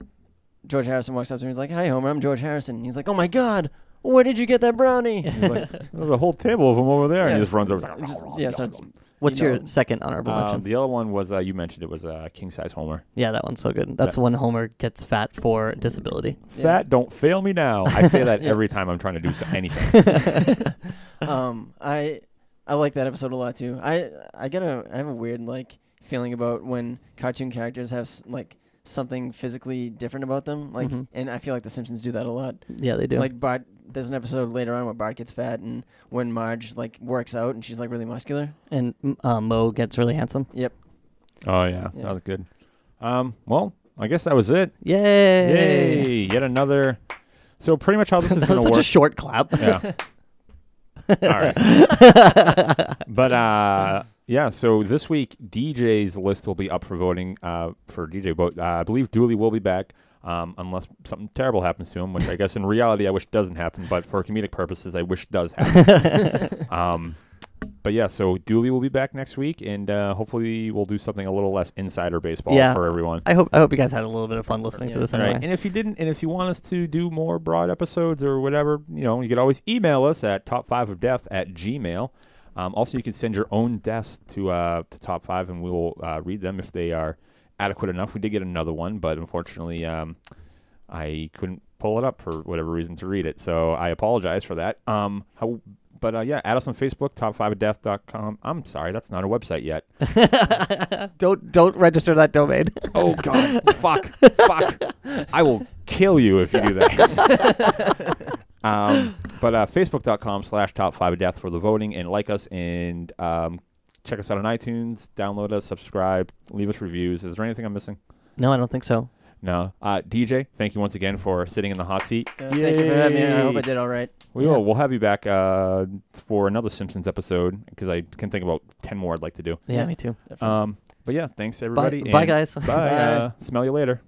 George Harrison walks up to him. He's like, "Hi, Homer, I'm George Harrison." And he's like, "Oh my God, where did you get that brownie?"
he's like, there's a whole table of them over there, and
Yeah.
he just runs over.
He just- yeah, starts-
What's
you
your
know.
second honorable
Uh,
mention?
the other one was uh, you mentioned it was uh, king size Homer.
yeah, that one's so good. That's when Homer gets fat for disability.
Yeah.
Fat, don't fail me now. I say that every time I'm trying to do so- anything.
um, I I like that episode a lot too. I I get a I have a weird like feeling about when cartoon characters have s- like something physically different about them. Like,
Mhm.
and I feel like The Simpsons do that a lot.
Yeah, they do.
Like Bart, there's an episode later on where Bart gets fat, and when Marge like works out and she's like really muscular.
and mm, uh, Mo gets really handsome.
Yep.
oh yeah,
Yeah.
that was good. Um, well, I guess that was it.
Yay!
Yay! Yet another. So pretty much how this is
That
going to
was such
work.
a short clap.
yeah. All right. but uh, yeah, so this week DJ's list will be up for voting uh, for DJ vote. Uh, I believe Dooley will be back. um, unless something terrible happens to him, which I guess in reality I wish doesn't happen, but for comedic purposes I wish does happen. um, but yeah, so Dooley will be back next week, and uh, hopefully we'll do something a little less insider baseball
Yeah.
for everyone.
I hope I hope you guys had a little bit of fun listening to
Yeah.
this
All right.
anyway.
And if you didn't, and if you want us to do more broad episodes or whatever, you know, you could always email us at top five of death at gmail. Um, also, you can send your own deaths to uh, to top five, and we will uh, read them if they are adequate enough. We did get another one, but unfortunately, um, I couldn't pull it up for whatever reason to read it. So I apologize for that. Um, how, but uh, yeah, add us on Facebook, top five of death.com. I'm sorry, that's not a website yet.
Don't don't register that domain.
Oh God! fuck! Fuck! I will kill you if you do that. um, but uh, Facebook.com/slash Top Five of Death for the voting, and like us, and um, check us out on iTunes, download us, subscribe, leave us reviews. Is there anything I'm missing?
no, I don't think so.
No. Uh, DJ, thank you once again for sitting in the hot seat.
Uh, thank you for having me. I hope I
Yay.
did all right.
We
Yeah.
will. We'll have you back uh, for another Simpsons episode because I can think about ten more I'd like to do.
Yeah,
Yeah.
me too.
Um, but yeah, thanks everybody.
bye,
and
guys.
Bye. Uh, smell you later.